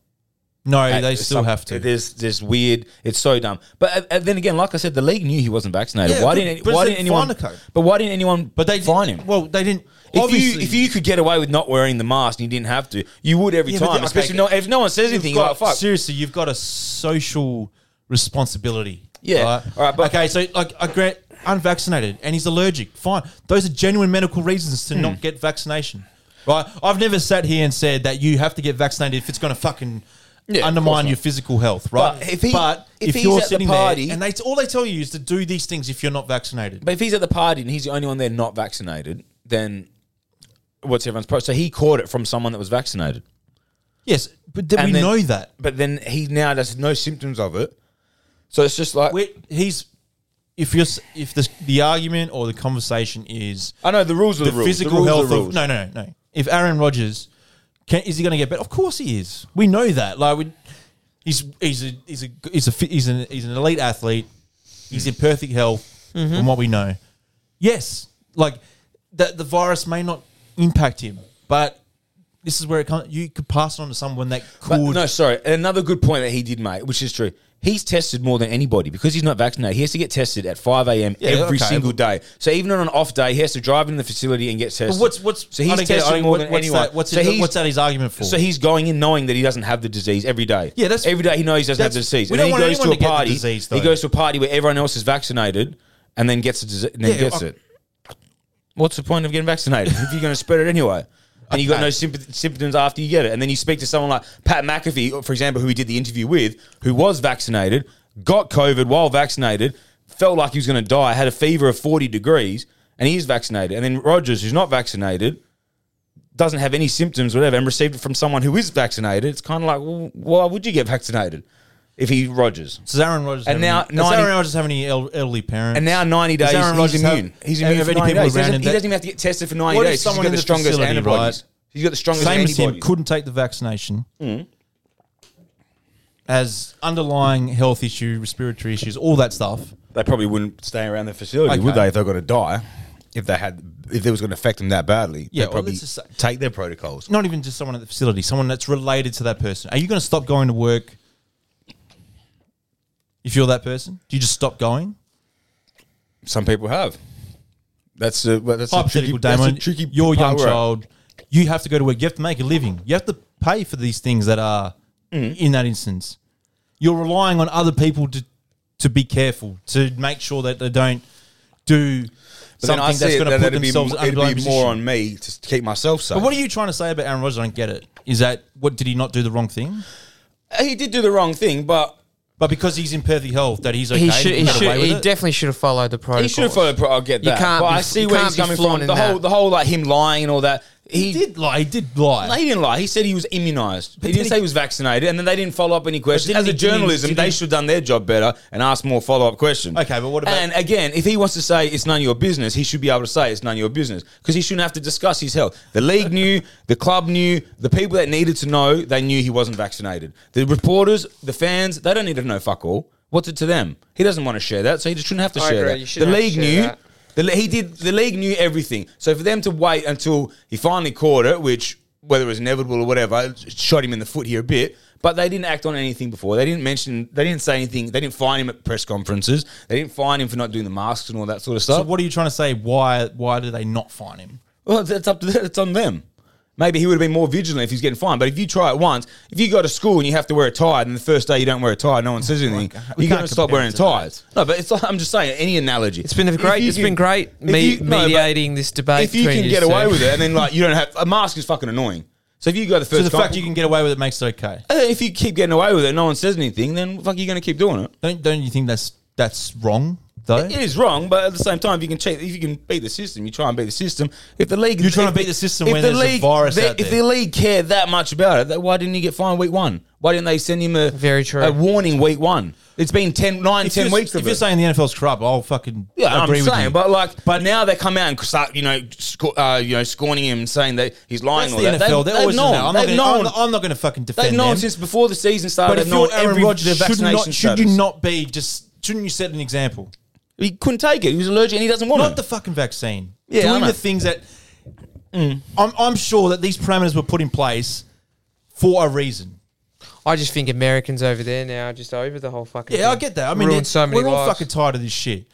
no, they It's still some- have to. There's this weird. It's so dumb. But uh, uh, then again, like I said, the league knew he wasn't vaccinated. Yeah, why but- didn't but Why they didn't anyone? fined him. But why didn't anyone? But they fine him. Well, they didn't. If you, obviously, if you could get away with not wearing the mask and you didn't have to, you would every Yeah, but time. the- especially okay. if no, if no one says anything, You've you're got- like, fuck. seriously, you've got a social responsibility. Yeah. All right, but- okay, so like I grant unvaccinated and he's allergic. Fine, those are genuine medical reasons to Hmm. not get vaccination. Right, I've never sat here and said that you have to get vaccinated if it's going to fucking Yeah, of course undermine not. your physical health. Right, But if he- But if if he's you're at the sitting party- there and they all they tell you is to do these things if you're not vaccinated. But if he's at the party and he's the only one there not vaccinated, then what's everyone's pro? So he caught it from someone that was vaccinated. yes, but then And we then- know that. But then he now has no symptoms of it. So it's just like We're, he's if you're s- if the the argument or the conversation is I know the rules are the, the, rules. physical the rules are health the of rules. no, no, no. If Aaron Rodgers can, is he going to get better? Of course he is. We know that. Like we, he's he's a he's a he's a fi- he's an he's an elite athlete. He's in perfect health Mm-hmm. from what we know. Yes, like that the virus may not impact him, but this is where it comes. You could pass it on to someone that But could. no, sorry. Another good point that he did make, which is true. He's tested more than anybody because he's not vaccinated. He has to get tested at 5 a.m. Yeah, every okay, single day. So even on an off day, he has to drive into the facility and get tested. But what's what's so I he's don't get it. I tested mean, more what- than what's anyone. That, what's, so his, he's- what's that his argument for? So he's going in knowing that he doesn't have the disease every day. Yeah, that's- every day he knows he doesn't have the that's- disease. we And then don't he goes want to anyone a to get the party. disease, he though. goes to a party where everyone else is vaccinated, and then gets the disi- and then Yeah, gets I- it. What's the point of getting vaccinated if you're going to spread it anyway? And you got no symptom- symptoms after you get it. And then you speak to someone like Pat McAfee, for example, who we did the interview with, who was vaccinated, got COVID while vaccinated, felt like he was going to die, had a fever of 40 degrees, and he is vaccinated. And then Rogers, who's not vaccinated, doesn't have any symptoms, whatever, and received it from someone who is vaccinated, it's kind of like, well, why would you get vaccinated if he Rogers? does Aaron Rodgers And have now- any, now I does Aaron need- Rodgers have any el- elderly parents? And now ninety Does days, Aaron he's Rodgers have- immune. he's have immune for any ninety people days. He around doesn't, him he that- doesn't even have to get tested for ninety What if days. 'cause He's someone got in the the strongest facility, antibodies. right? He's got the strongest same as him antibodies. couldn't take the vaccination has underlying health issue, respiratory issues, all that stuff. They probably wouldn't stay around the facility, Okay. would they? If they're going to die, if they had, if it was going to affect them that badly, they'd Yeah, well, probably let's just say- take their protocols. Not even just someone at the facility, someone that's related to that person. Are you going to stop going to work if you're that person? Do you just stop going? Some people have. That's a well, that's a tricky, Hypothetical, that's a Damon. tricky Your part young we're at. child, you have to go to work. You have to make a living. You have to pay for these things that are Mm. in that instance. You're relying on other people to to be careful to make sure that they don't do But then I something see that's it, going to that put it'd be- themselves in an it'd unblame be more position. on me to keep myself safe. But what are you trying to say about Aaron Rodgers? I don't get it. Is that what did he not do the wrong thing? he did do the wrong thing, but But because he's in perfect health, that he's okay. he should, can he, get should, away with he it? definitely should have followed the protocol. he should have followed. pro- I get You that. can't but be- I see you where can't he's be coming from. flaunting The whole, that. the whole like him lying and all that. He, He did lie. He did lie. No, he didn't lie. He said he was immunised. He But didn't did say he- he was vaccinated, and then they didn't follow up any questions. didn't As a he- did he- journalism, did they he- should have done their job better and asked more follow up questions. Okay, but what about- And again, if he wants to say it's none of your business, he should be able to say it's none of your business because he shouldn't have to discuss his health. The league knew, the club knew, the people that needed to know, they knew he wasn't vaccinated. The reporters, the fans, they don't need to know fuck all. What's it to them? He doesn't want to share that, so he just shouldn't have to I share agree. You that. The shouldn't have to league share knew. that. The, le- he did. The league knew everything. So for them to wait until he finally caught it, which whether it was inevitable or whatever, it shot him in the foot here a bit. But they didn't act on anything before. They didn't mention. They didn't say anything. They didn't fine him at press conferences. They didn't fine him for not doing the masks and all that sort of So stuff. what are you trying to say? Why? Why did they not find him? Well, that's up to that's on them. Maybe he would have been more vigilant if he's getting fined. But if you try it once, if you go to school and you have to wear a tie, and the first day you don't wear a tie, no one says anything. God. We you can't got to stop compare it wearing to that. ties. No, but it's like, I'm just saying any analogy. It's been great. It's It's been great me, mediating this debate. If you between can you get two. away with it, and then like you don't have a mask is fucking annoying. So if you go the So first, the couple- fact you can get away with it makes it okay. Uh, if you keep getting away with it, no one says anything. Then fuck, you're going to keep doing it. Don't don't you think that's that's wrong though? It is wrong, but at the same time, if you can cheat, if you can beat the system, you try and beat the system. If the league, You're trying to if beat the system when there's a virus they- out If there. the league cared that much about it, then why didn't he get fined week one? Why didn't they send him a Very true. a warning week one? It's been 10, 9, If 10 you're- weeks. If of you're it. saying the NFL's corrupt, I'll fucking Yeah, agree I'm with saying, you. but like, but now they come out and start, you know, sco- uh, you know, scorning him, and saying that he's lying. that's or the that. They've- NFL. They're they've always known. known. I'm not They've gonna- known. I'm, I'm not going to fucking defend They've known them. since before the season started. but if they've known you're Aaron every Rodgers, should vaccination not should you status. not be just shouldn't you set an example? He couldn't take it. He was allergic, and he doesn't want Not it. the fucking vaccine. Yeah, I doing know. the things that I'm I'm sure that these parameters were put in place for a reason. I just think Americans over there now are just over the whole fucking. Yeah, I thing. get that. I mean, Ruined it- so many we're all lives. fucking tired of this shit.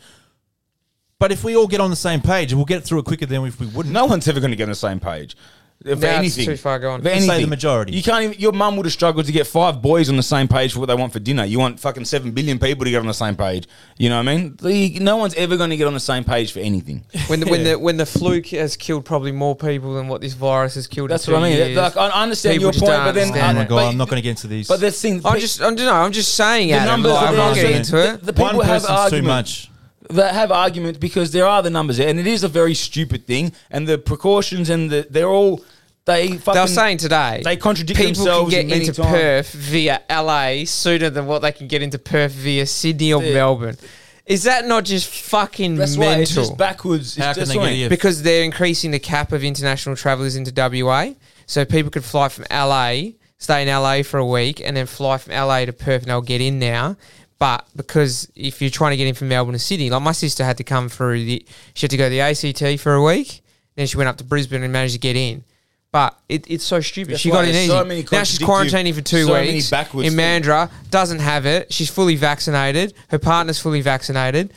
But if we all get on the same page, we'll get through it quicker than if we wouldn't. no one's ever going to get on the same page. For it's anything, too far gone. For Let's say the anything. majority. You can't even. Your mum would have struggled to get five boys on the same page for what they want for dinner. You want fucking seven billion people to get on the same page. You know what I mean? The- no one's ever going to get on the same page for *laughs* anything. *laughs* When the, when Yeah. the when the fluke has killed probably more people than what this virus has killed. in That's what two I mean. years. Like, I- I understand People your just point, don't but then- Oh understand my it. god, But- I'm not going to get into these. But that's the thing. I'm just I'm just no, I'm just saying. Adam, numbers like, are I'm there, not so getting the- into it. the people one have person's too argument. much. that have arguments because there are the numbers there, and it is a very stupid thing. And the precautions and the they're all they fucking. they were saying today they contradict people themselves can get many into times. Perth via LA sooner than what they can get into Perth via Sydney or Yeah. Melbourne. Is that not just fucking That's why mental? it's just backwards. How it's can just they get annoying. here? because they're increasing the cap of international travelers into WA, so people could fly from LA, stay in LA for a week, and then fly from LA to Perth, and they'll get in now. But because if you're trying to get in from Melbourne to Sydney, like my sister had to come through the, she had to go to the ACT for a week, then she went up to Brisbane and managed to get in. But it, it's so stupid. That's she why got it there's easy. so many now she's contradictive- quarantining for two so many weeks backwards in Mandra. Doesn't have it. She's fully vaccinated. Her partner's fully vaccinated.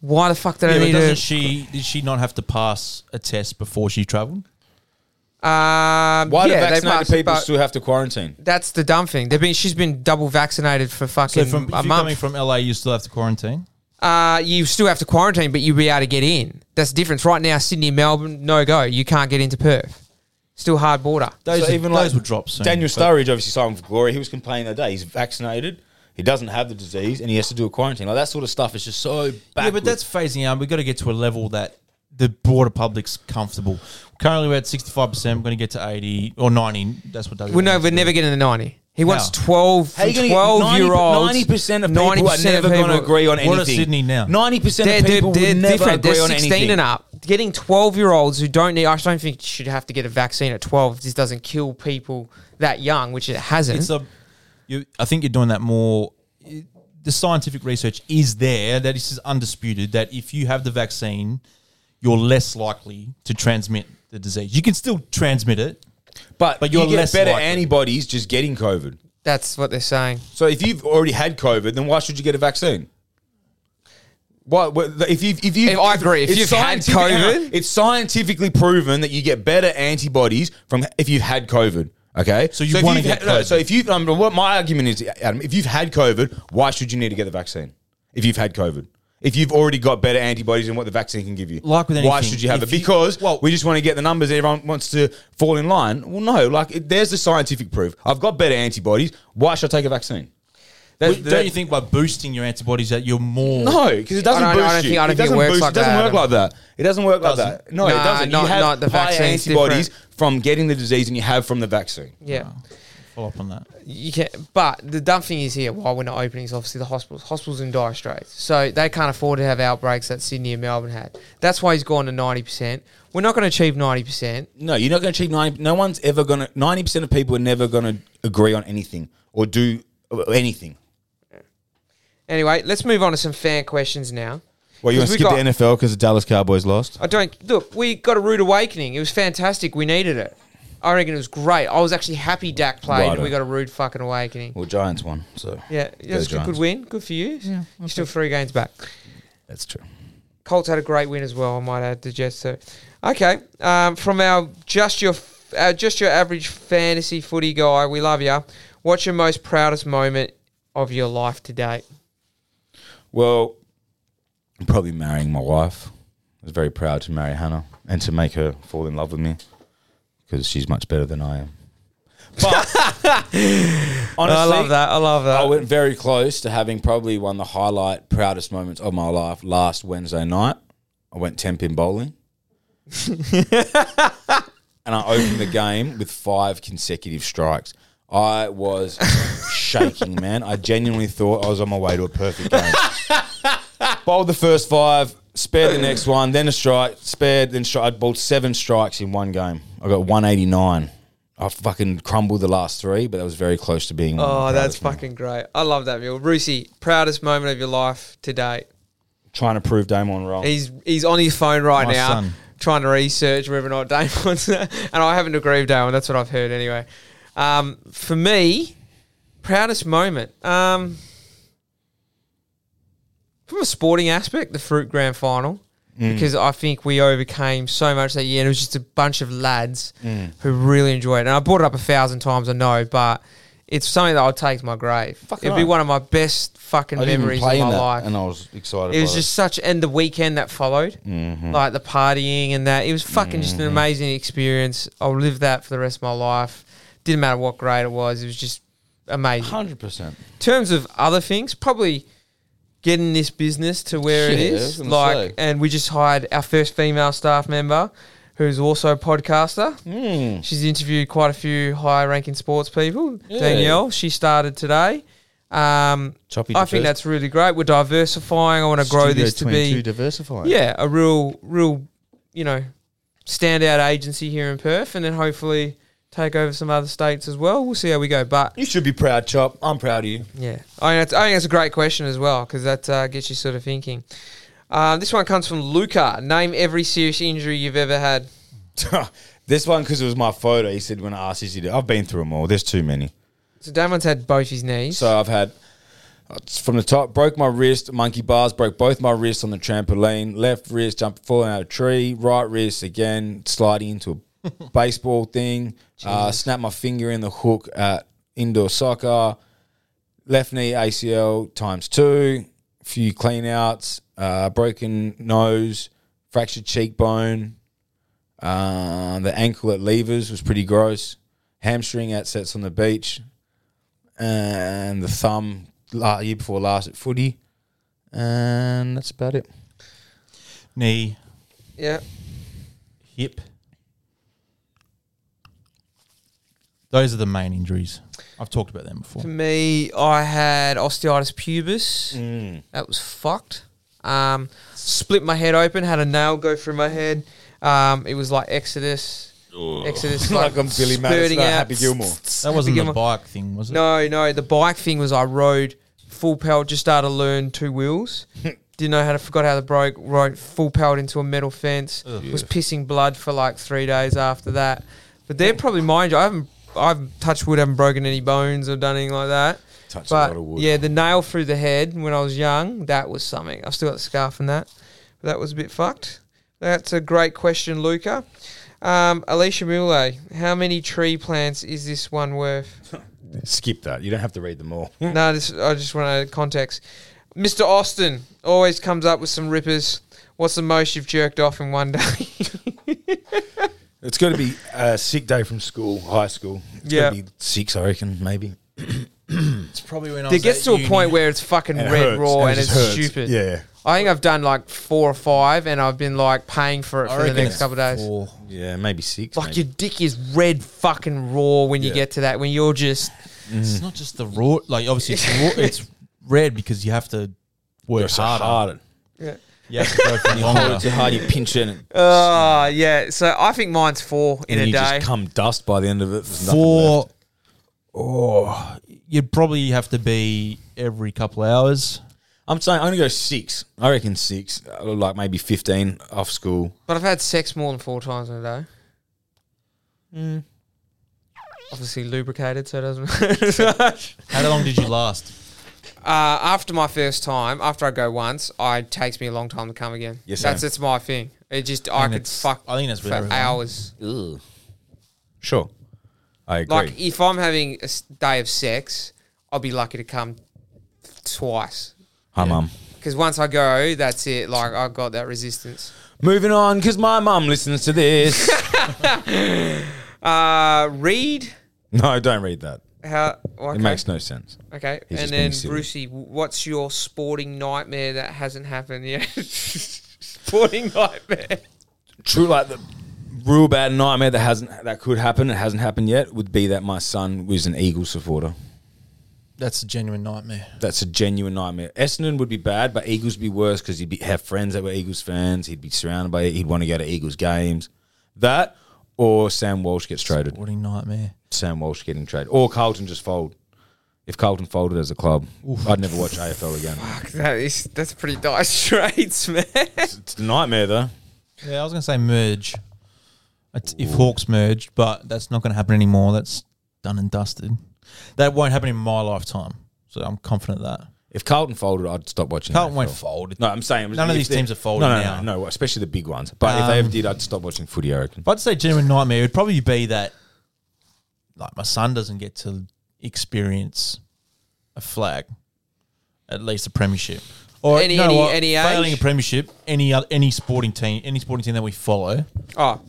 Why the fuck did Yeah, I but need doesn't to? she? Did she not have to pass a test before she travelled? um, yeah, Why they do vaccinated passed it, people but still have to quarantine? That's the dumb thing. They've been. She's been double vaccinated for So fucking from if a you're coming month. from LA, you still have to quarantine. uh, you still have to quarantine, but you'll be able to get in. That's the difference. Right now, Sydney, Melbourne, no go. You can't get into Perth. Still hard border. Those, So are- even those like will drop soon. Daniel but- Sturridge obviously signed for Glory. He was complaining that day. He's vaccinated. He doesn't have the disease, and he has to do a quarantine. Like that sort of stuff is just so backwards. Yeah, but that's phasing out. We've got to get to a level that the broader public's comfortable. Currently, we're at 65%. We're going to get to 80 or 90. That's what does We know we're never getting to ninety. He wants How? twelve How are you gonna get 12 year olds. Ninety percent of people are never going to agree on anything. What is Sydney now? Ninety percent They're, of they're, people they're would never different. agree They're on sixteen anything. and up. Getting twelve year olds who don't need. I don't think you should have to get a vaccine at twelve. This doesn't kill people that young, which it hasn't. It's a, you, I think you're doing that more. The scientific research is there that this is undisputed that if you have the vaccine, you're less likely to transmit the disease. You can still transmit it. But, But you you're get less better likely. antibodies just getting COVID. That's what they're saying. So if you've already had COVID, then why should you get a vaccine? Why, what- if you if you If- I agree. If it's you've had scientific- hang on. COVID- it's scientifically proven that you get better antibodies from if you've had COVID. Okay, So you if wanna you've get had- no, COVID. so if you um, what my argument is, Adam, if you've had COVID, why should you need to get the vaccine? If you've had COVID, if you've already got better antibodies than what the vaccine can give you, Like with why anything, should you have it? if you- Because well- we just want to get the numbers. Everyone wants to fall in line. Well, no, like it, there's the scientific proof. I've got better antibodies. Why should I take a vaccine? That- Don't that- you think by boosting your antibodies that you're more no, because it doesn't I don't- boost I don't you. think- I don't it think it doesn't works boost- like it doesn't that, work Adam. like that. It doesn't work like Doesn't. that. No, it Nah, doesn't. not- you have not the higher vaccine's antibodies different. from getting the disease than you have from the vaccine. Yeah. follow up on that? you can but the dumb thing is here why we're not opening is obviously the hospitals hospitals in dire straits so they can't afford to have outbreaks that sydney and melbourne had that's why he's gone to 90% we're not going to achieve 90% No, you're not going to achieve ninety. No one's ever going to. Ninety percent of people are never going to agree on anything or do anything. anyway let's move on to some fan questions now Well, you want 'Cause to we got- skip the NFL because the Dallas Cowboys lost? I don't look. We got a rude awakening. It was fantastic. We needed it. I reckon it was great. I was actually happy Dak played, and Righto. we got a rude fucking awakening. Well, Giants won, so Yeah, yeah, that's a good, Giants. good win. Good for you. Yeah, You're still three games back. that's true. Colts had a great win as well. I might add to Jets. So, okay, um, from our just your our just your average fantasy footy guy, we love you. What's your most proudest moment of your life to date? Well, I'm probably marrying my wife. I was very proud to marry Hannah and to make her fall in love with me because she's much better than I am. But honestly, *laughs* I love that. I love that. I went very close to having probably one of the highlight, proudest moments of my life last Wednesday night. I went 10 *laughs* pin bowling. and I opened the game with five consecutive strikes. I was shaking, man. I genuinely thought I was on my way to a *laughs* perfect game. bowled the first five, spared the next one, then a strike, spared, then strike. I bowled seven strikes in one game. I got 189. I fucking crumbled the last three, but that was very close to being. one of my oh, that's proudest moments. fucking great. I love that, Bill. Rusi, proudest moment of your life to date. trying to prove Damon wrong. He's he's on his phone right My now, son. trying to research whether or not *laughs* Damon's. and I haven't agreed with Damon. That's what I've heard anyway. Um, for me, proudest moment. Um, from a sporting aspect, the fruit grand final. Mm. Because I think we overcame so much that year, and it was just a bunch of lads Mm. who really enjoyed it. And I brought it up a thousand times, I know, but it's something that I'll take to my grave. Fucking It'll be right. one of my best fucking I didn't even memories of play in my that, life. and I was excited. It was Mm-hmm. by just such, and the weekend that followed, like the partying and that, it was fucking just an amazing experience. I'll live that for the rest of my life. Didn't matter what grade it was, it was just amazing. hundred percent. In terms of other things, probably getting this business to where it Yeah, I is, was gonna like, say. and we just hired our first female staff member, who's also a podcaster. Hmm. She's interviewed quite a few high-ranking sports people. Danielle, she started today. Um, Choppy I think diverse- that's really great. We're diversifying. I want to grow this to be, diversifying. yeah, a real, real, you know, standout agency here in Perth, and then hopefully take over some other states as well. We'll see how we go. But you should be proud, Chop. I'm proud of you. *laughs* yeah, I think that's, I think that's a great question as well because that uh, gets you sort of thinking. Um, Uh, this one comes from Luca. Name every serious injury you've ever had. Name This one, because it was my photo, he said when I asked, is it? I've been through them all. There's too many. So Damon's had both his knees. So I've had uh, from the top, broke my wrist, monkey bars, broke both my wrists on the trampoline, left wrist, jump, falling out of a tree, right wrist again, sliding into a baseball thing, uh, snapped my finger in the hook at indoor soccer, left knee ACL times two, few clean outs, uh, broken nose, fractured cheekbone, uh, the ankle at levers was pretty gross, hamstring at sets on the beach, and the thumb la- year before last at footy, and that's about it. knee, yeah. hip. Those are the main injuries. I've talked about them For before. me, I had osteitis pubis. Mm. That was fucked. Um, split my head open, had a nail go through my head. Um, it was like Exodus. Exodus. *laughs* Like on Billy Madison, spurting like out. Happy Gilmore. That wasn't Happy the Gilmore. bike thing, was it? No, no. The bike thing was I rode full pelt, just started to learn two *laughs* wheels. Didn't know how to, forgot how to broke, rode full pelt into a metal fence. Was pissing blood for like three days after that. But they're probably, mind you, I haven't, I've touched wood, haven't broken any bones or done anything like that. Touched a but lot of wood. yeah, the nail through the head when I was young, that was something. I've still got the scar from that. But that was a bit fucked. That's a great question, Luca. Um, Alicia Mule, how many tree plants is this one worth? Skip that. You don't have to read them all. No, this, I just want to context. Mr. Austin always comes up with some rippers. What's the most you've jerked off in one *laughs* day? *laughs* It's going to be a sick day from school, high school. It's Yeah. going to be six, I reckon, maybe. It's probably when I it gets to a point where it's fucking And it red hurts, raw and it and, just it's hurts. stupid. Yeah. I think I've done like four or five, and I've been like paying for it for the next couple of days. Yeah, maybe six. Like maybe. your dick is red fucking raw when you Yeah. get to that. When you're just It's not just the raw. Like obviously, it's, *laughs* raw, it's red because you have to work It's harder. harder. You have to go *laughs* for Hold it longer. too hard, you pinch it, and, it- oh yeah. So I think mine's four *laughs* in and a you day. just come dust by the end of it. There's nothing Four. left. Oh, you'd probably have to be every couple hours. I'm saying I'm going to go six. I reckon six, uh, like maybe 15 off school. But I've had sex more than four times in a day. Mm. Obviously lubricated, so it doesn't *laughs* matter as much. How long did you last? Uh, after my first time, after I go once, I it takes me a long time to come again. Yes, that's same. it's my thing. It just I, think could it's- fuck. I think that's with for everyone. hours. Sure. I agree. Like if I'm having a s- day of sex, I'll be lucky to come twice. Hi, mum. Because once I go, that's it. Like I've got that resistance. Moving on, because my mum listens *laughs* to this. Uh, Reed, no, don't read that. how? Okay. It makes no sense. Okay, He's and just being then silly. Brucey, w- what's your sporting nightmare that hasn't happened yet? *laughs* sporting nightmare. True, like the real bad nightmare that hasn't that could happen, it hasn't happened yet, would be that my son was an Eagles supporter. That's a genuine nightmare. That's a genuine nightmare. Essendon would be bad, but Eagles would be worse because he'd be, have friends that were Eagles fans. He'd be surrounded by it. He'd want to go to Eagles games. That or Sam Walsh gets traded. What a nightmare. Sam Walsh getting traded. Or Carlton just fold. If Carlton folded as a club, I'd never watch AFL again. That is that's pretty *laughs* nice trades, man. It's a nightmare though. Yeah, I was gonna say merge. It's if Hawks merged, but that's not gonna happen anymore. That's done and dusted. That won't happen in my lifetime. So I'm confident of that. If Carlton folded, I'd stop watching. Carlton AFL. won't fold. No, I'm saying None of if these they- teams are folding no, no, now. No, no, especially the big ones. But if they ever Um, did, I'd stop watching footy. I reckon. If I'd say genuine nightmare, it'd probably be that like my son doesn't get to experience a flag, at least a premiership. Or Any- you know any- what? any age? failing a premiership, any oth- any sporting team, any sporting team that we follow, oh,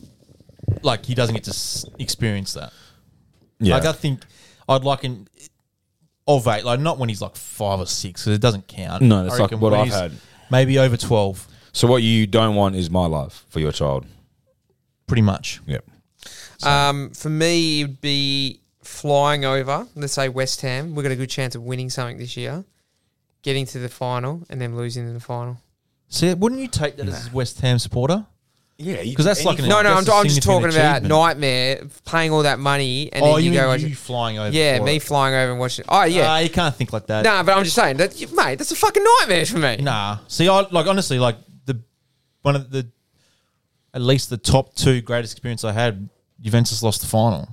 like he doesn't get to s- experience that. Yeah, Like I think I'd like an of eight, like not when he's like five or six, because it doesn't count. No, I that's like reckon what when I've he's had. Maybe over twelve, So what you don't want is my life for your child. pretty much. Yep. um, for me it'd be flying over. Let's say West Ham. We got a good chance of winning something this year, getting to the final, and then losing in the final. See, wouldn't you take that as a West Ham supporter? Yeah, 'Cause that's like an- No, no, That's I'm, a I'm just talking significant about achievement. nightmare, paying all that money, and oh, then you you, mean go. you watch- flying over? yeah, for me it. flying over and watching. Oh yeah, Nah, you can't think like that. No, but I'm just saying that, mate. That's a fucking nightmare for me. Nah. See, I like honestly like the one of the at least the top two greatest experience I had Juventus lost the final.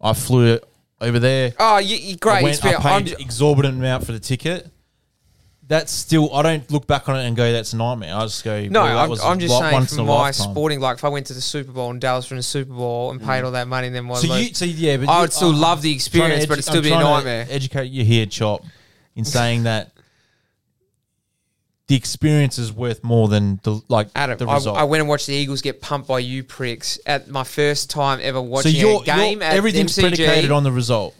I flew over there. Oh, you, you great I went, I experience. I'm paid ju- exorbitant amount for the ticket. That's still, I don't look back on it and go, that's a nightmare. I just go, no, well, that I'm, was I'm just like saying once from in my a lifetime. Mm. sporting. Like, if I went to the Super Bowl and Dallas from the Super Bowl and paid all that money, and then was So like, you, so yeah, but I you- uh, would still I'm love the trying to experience, but edu- it'd still I'm be a trying to nightmare. Educate you here, chop, in saying that the experience is worth more than the like Adam, the I, result. I went and watched the Eagles get pumped by you pricks at my first time ever watching your a game. at everything's MCG. predicated on the result.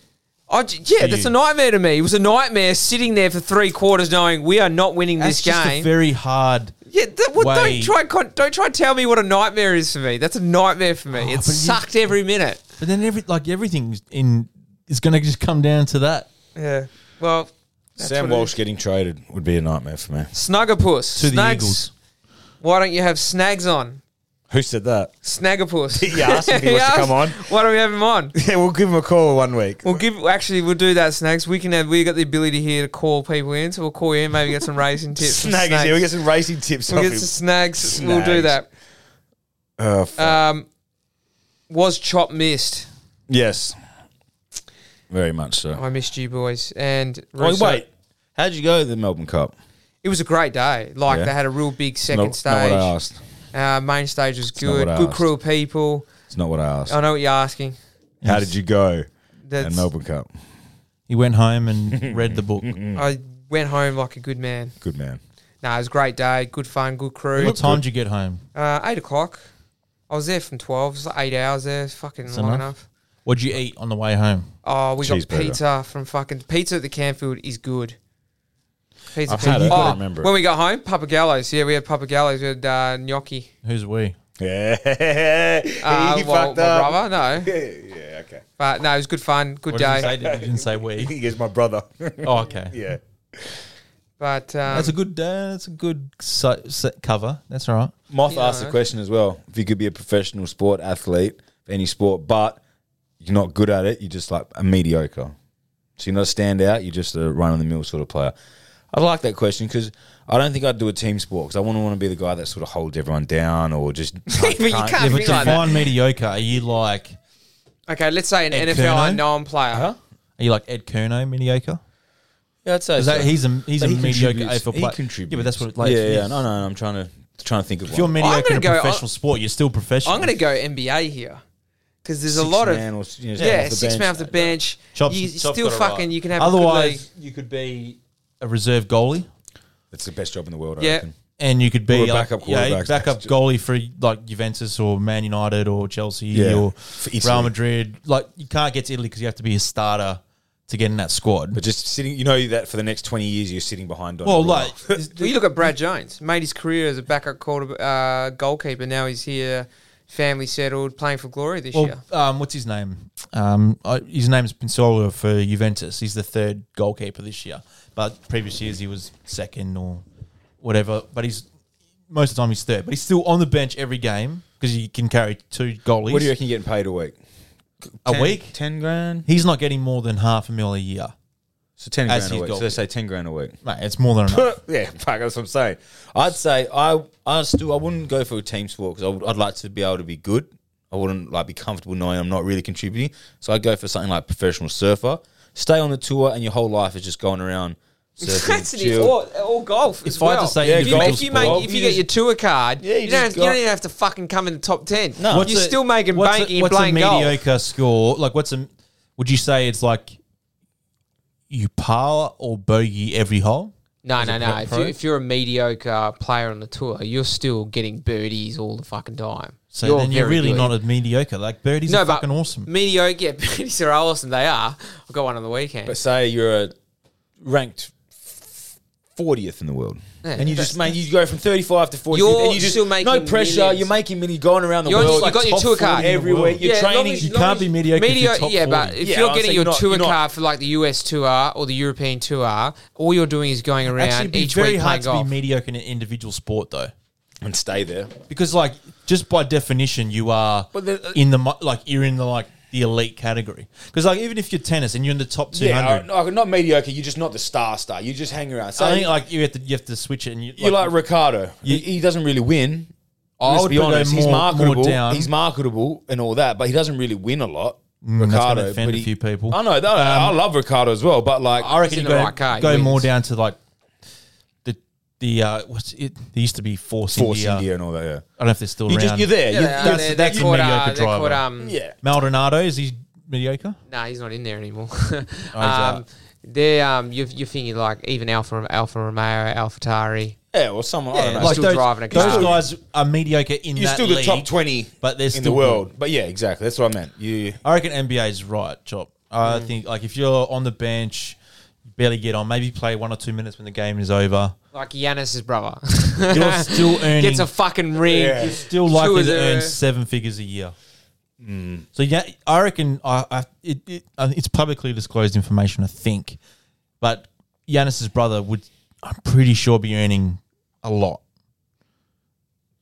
I j- yeah, for that's you. a nightmare to me. It was a nightmare sitting there for three quarters, knowing we are not winning this That's just game. a very hard. yeah, that, well, way- don't try con- don't try and tell me what a nightmare is for me. That's a nightmare for me. it Oh, but you- sucked every minute. But then every like everything's in is going to just come down to that Yeah. Well, that's Sam what it Walsh is. getting traded would be a nightmare for me. Snuggerpuss to the Snags. Eagles. Why don't you have snags on? Who said that? *laughs* Snaggerpuss. He asked if he wants to asked, *laughs* come on. Why don't we have him on? *laughs* Yeah, we'll give him a call one week. We'll give. Actually, we'll do that, Snags. We can have. We got the ability here to call people in, so we'll call you in. Maybe get some racing tips. from Snag is Snags. here. We get some racing tips We'll off get him. some snags. We'll do Snags. that. Oh, fuck. Um, was Chop missed? yes. Very much so. I missed you boys. And Oh, Russo- wait. How'd you go to the Melbourne Cup? it was a great day. Like Yeah. they had a real big second Not, not stage. what I asked. Uh, main stage was not good. what I Good asked. crew of people. It's not what I asked. I know what you're asking. How did you go at That's, Melbourne Cup? He went home *laughs* and read the book. I went home like a good man. Good man. *laughs* No, it was a great day. Good fun. Good crew. what time did you get home? Uh, eight o'clock. I was there from twelve. It was like eight hours there. It's fucking It's long enough. enough. What'd you eat on the way home? Oh, we got Cheeseburger. pizza from fucking pizza at the Canfield is good. Pizza, I've had it. I Oh, don't remember it. when we got home, Papagallos. Yeah, we had Papagallos. We had uh, gnocchi. Who's we? Yeah. Uh, he well, fucked my up. brother, no, Yeah, *laughs* yeah, okay. but no, it was good fun, good What did day. you say? You didn't *laughs* say we. He is my brother. *laughs* Oh, okay. yeah. But um, *laughs* That's a good. Uh, that's a good so, so- cover. That's all right. Moth Yeah. asked the question as well. If you could be a professional sport athlete, any sport, but you're not good at it, you're just like a mediocre. So you're not a standout, you're just a run of the mill sort of player. I like that question because I don't think I'd do a team sport because I wouldn't want to be the guy that sort of holds everyone down *laughs* or just. but you can't, Yeah, but be like define that. mediocre. Are you like? Okay, let's say an Ed NFL Curnow? unknown player. Uh-huh. Are you like Ed Curno mediocre? Yeah, I'd say Is that, he's a he's a But he mediocre contributes. AFL He player. contributes. Yeah, but that's what like. yeah, it's- yeah. No, no, no. I'm trying to trying to think of If you're one. mediocre in gonna a go- uh, professional sport, you're still professional. I'm going to go NBA here because there's a lot of man or, you know, yeah, off the six bench. man off the bench. Chops- you Chops still got it fucking. right. You can have A good league. Otherwise, you could be a reserve goalie, That's the best job in the world. Yeah. I reckon. and you could Or a be like, backup yeah, quarterback. backup goalie for like Juventus or Man United or Chelsea Yeah. or For Italy. Real Madrid. Like you can't get to Italy because you have to be a starter to get in that squad. But just sitting, you know that for the next twenty years you're sitting behind. Don well, Rula. *laughs* like Well, you look at Brad Jones, made his career as a backup quarter, uh, goalkeeper. Now he's here, family settled, playing for Glory this year. Well, um, what's his name? Um, I, his name's Pinsola for Juventus. He's the third goalkeeper this year, but previous years he was second or whatever. But he's most of the time he's third, but he's still on the bench every game because he can carry two goalies what do you reckon you're getting paid a week? a 10 week. ten grand. He's not getting more than half a mil a year, So ten As grand a his week. goal. So let's say ten grand a week. mate. It's more than enough. *laughs* yeah, fuck, that's what I'm saying. I'd say I, I still, I wouldn't go for a team sport because would, I'd like to be able to be good. I wouldn't like be comfortable knowing I'm not really contributing. So I'd go for something like professional surfer. Stay on the tour, and your whole life is just going *laughs* around *laughs* That's surfing, it, chill. or, or golf as If I had well. to say Yeah, if you, golf if you, sport. make, if you get your tour card, Yeah, you, don't, you just have- you got- don't even have to fucking come in the top ten. No. you're a- still making what's bank a, and what's playing a golf. mediocre score? Like what's a? Would you say it's like you par or bogey every hole? No, no, no. pro- If, pro? you, if you're a mediocre player on the tour, you're still getting birdies all the fucking time. So then you're very really good. not a mediocre. Like birdies no, are but fucking awesome. Mediocre, yeah, *laughs* birdies are awesome. They are. I got one on the weekend. But say you're a ranked fortieth in the world, Yeah. and you just mate, you go from thirty five to forty, You're and you just still making no pressure. millions. You're making money, you're going around the You're- world. you got your top tour card. 40 everywhere. You're Yeah, long training. as- You long can't as- be mediocre if you're top yeah, but 40. if Yeah, you're I'm getting your saying you're not- tour you're not- card for like the US tour or the European tour, all you're doing is going around Actually, it'd be each very week hard playing to oh. golf. be mediocre in an individual sport though, and stay there. because like just by definition you are But the- uh, in the mo- like you're in the like the elite category. Because like even if you're tennis and you're in the top 200, Yeah, uh, no, not mediocre. You're just not the star star. You just hang around. So I think like you have to you have to switch it and you you're like, Ricardo. You- he, he doesn't really win. Let's be put him honest. He's more- more marketable. down. He's marketable and all that, but he doesn't really win a lot. that's gonna Ricardo, offend but a he- few people. I know. that- I love Ricardo as well, but like, I reckon in you the go, right car, he go wins. more down to like the the uh, what's it? There used to be Force, Force India. India and all that. Yeah. I don't know if they're still You around. just you're there. Yeah, You- they're- that's- they're, that's a they're called, mediocre uh, they're called, driver. um, yeah. Maldonado is he mediocre? Nah, he's not in there anymore. *laughs* um, out. they're um, you're, you're thinking like even Alpha Alpha Romeo, AlphaTauri. Yeah, or someone. I don't know. like- still those, driving a those car. guys are mediocre in you're that still the league. top twenty, but they're in the still world. But yeah, exactly. That's what I meant. You I reckon NBA is right, Chop. Mm. I think like if you're on the bench, you barely get on. Maybe play one or two minutes when the game is over. Like Yanis's brother. *laughs* You're still earning. Gets a fucking ring. Yeah. you're still Two likely is to a- earn seven figures a year. Mm. So yeah, I reckon I, I it, it I- it's publicly disclosed information, I think, but Yanis's brother would, I'm pretty sure, be earning a lot to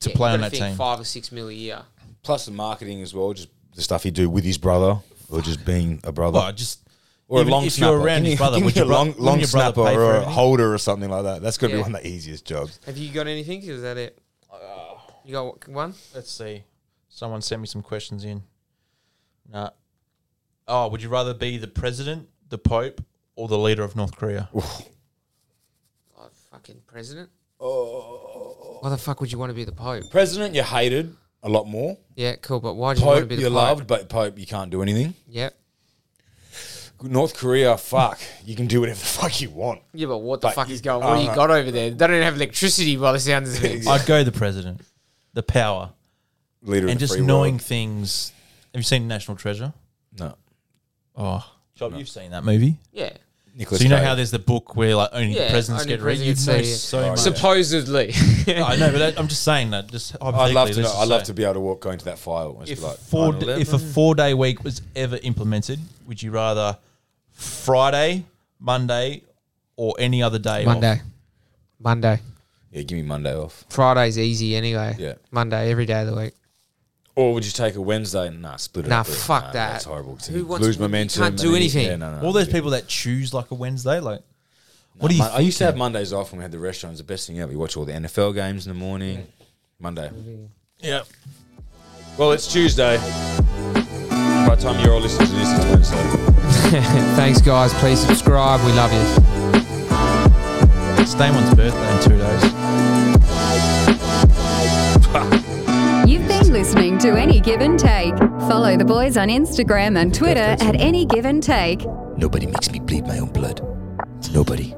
Yeah, play you on gotta that think team. Five or six mil a year. plus the marketing as well, just the stuff he'd do with his brother, or just being a brother, Well, just or even a long if snapper. you're around Give me- his brother, give me would a your bro- long, wouldn't long your brother snapper pay for or a everything? holder or something like that? That's gonna Yeah. be one of the easiest jobs. Have you got anything? Is that it? Uh, You got one? Let's see. Someone sent me some questions in. Nah. Oh, would you rather be the president, the pope, or the leader of North Korea? Oh, fucking president. oh, Oh. Why the fuck would you want to be the Pope? President, you hated a lot more. Yeah, cool. But why do you want to Pope, be you the Pope? loved, but Pope, you can't do anything. Yep. North Korea, fuck, you can do whatever the fuck you want. Yeah, but what the But fuck you- is going? What do you uh, got over there? They don't even have electricity by the sounds *laughs* of things. I'd go the president, the power, Leader of and the just free knowing world. things. Have you seen National Treasure? No, Oh, Job, you've seen that movie. Yeah. Nicholas. so you know Cage. how there's the book where like only Yeah, the presidents only get read. You know presidents say- so Oh, *laughs* much. yeah. Supposedly. I know, but that, I'm just saying that. Just I'd love to hypothetically, know. let's I'd just love say. to be able to walk, go into that file and if just be like, four "Final d- eleven." if a four day week was ever implemented, would you rather Friday, Monday, or any other day? off? *laughs* Monday. Monday. yeah, give me Monday off. Friday's easy anyway. Yeah. Monday every day of the week. Or would you take a Wednesday? and Nah, split it. Nah, up a bit. fuck Nah, that. That's horrible. 'cause Who you wants- lose you can't momentum. do and then you- anything. Yeah, no, no, All those yeah. people that choose like a Wednesday, like what do you? Mon- I used to have thinking? Mondays off when we had the restaurants. The best thing ever. You watch all the NFL games in the morning. Monday. Mm-hmm. Yeah. Well, it's Tuesday. By the time you're all listening to this, it's Wednesday. Thanks, guys. Please subscribe. We love you. It's Damon's birthday in two days. You've been listening to Any Give and Take. Follow the boys on Instagram and Twitter at Any Give and Take. Nobody makes me bleed my own blood. Nobody.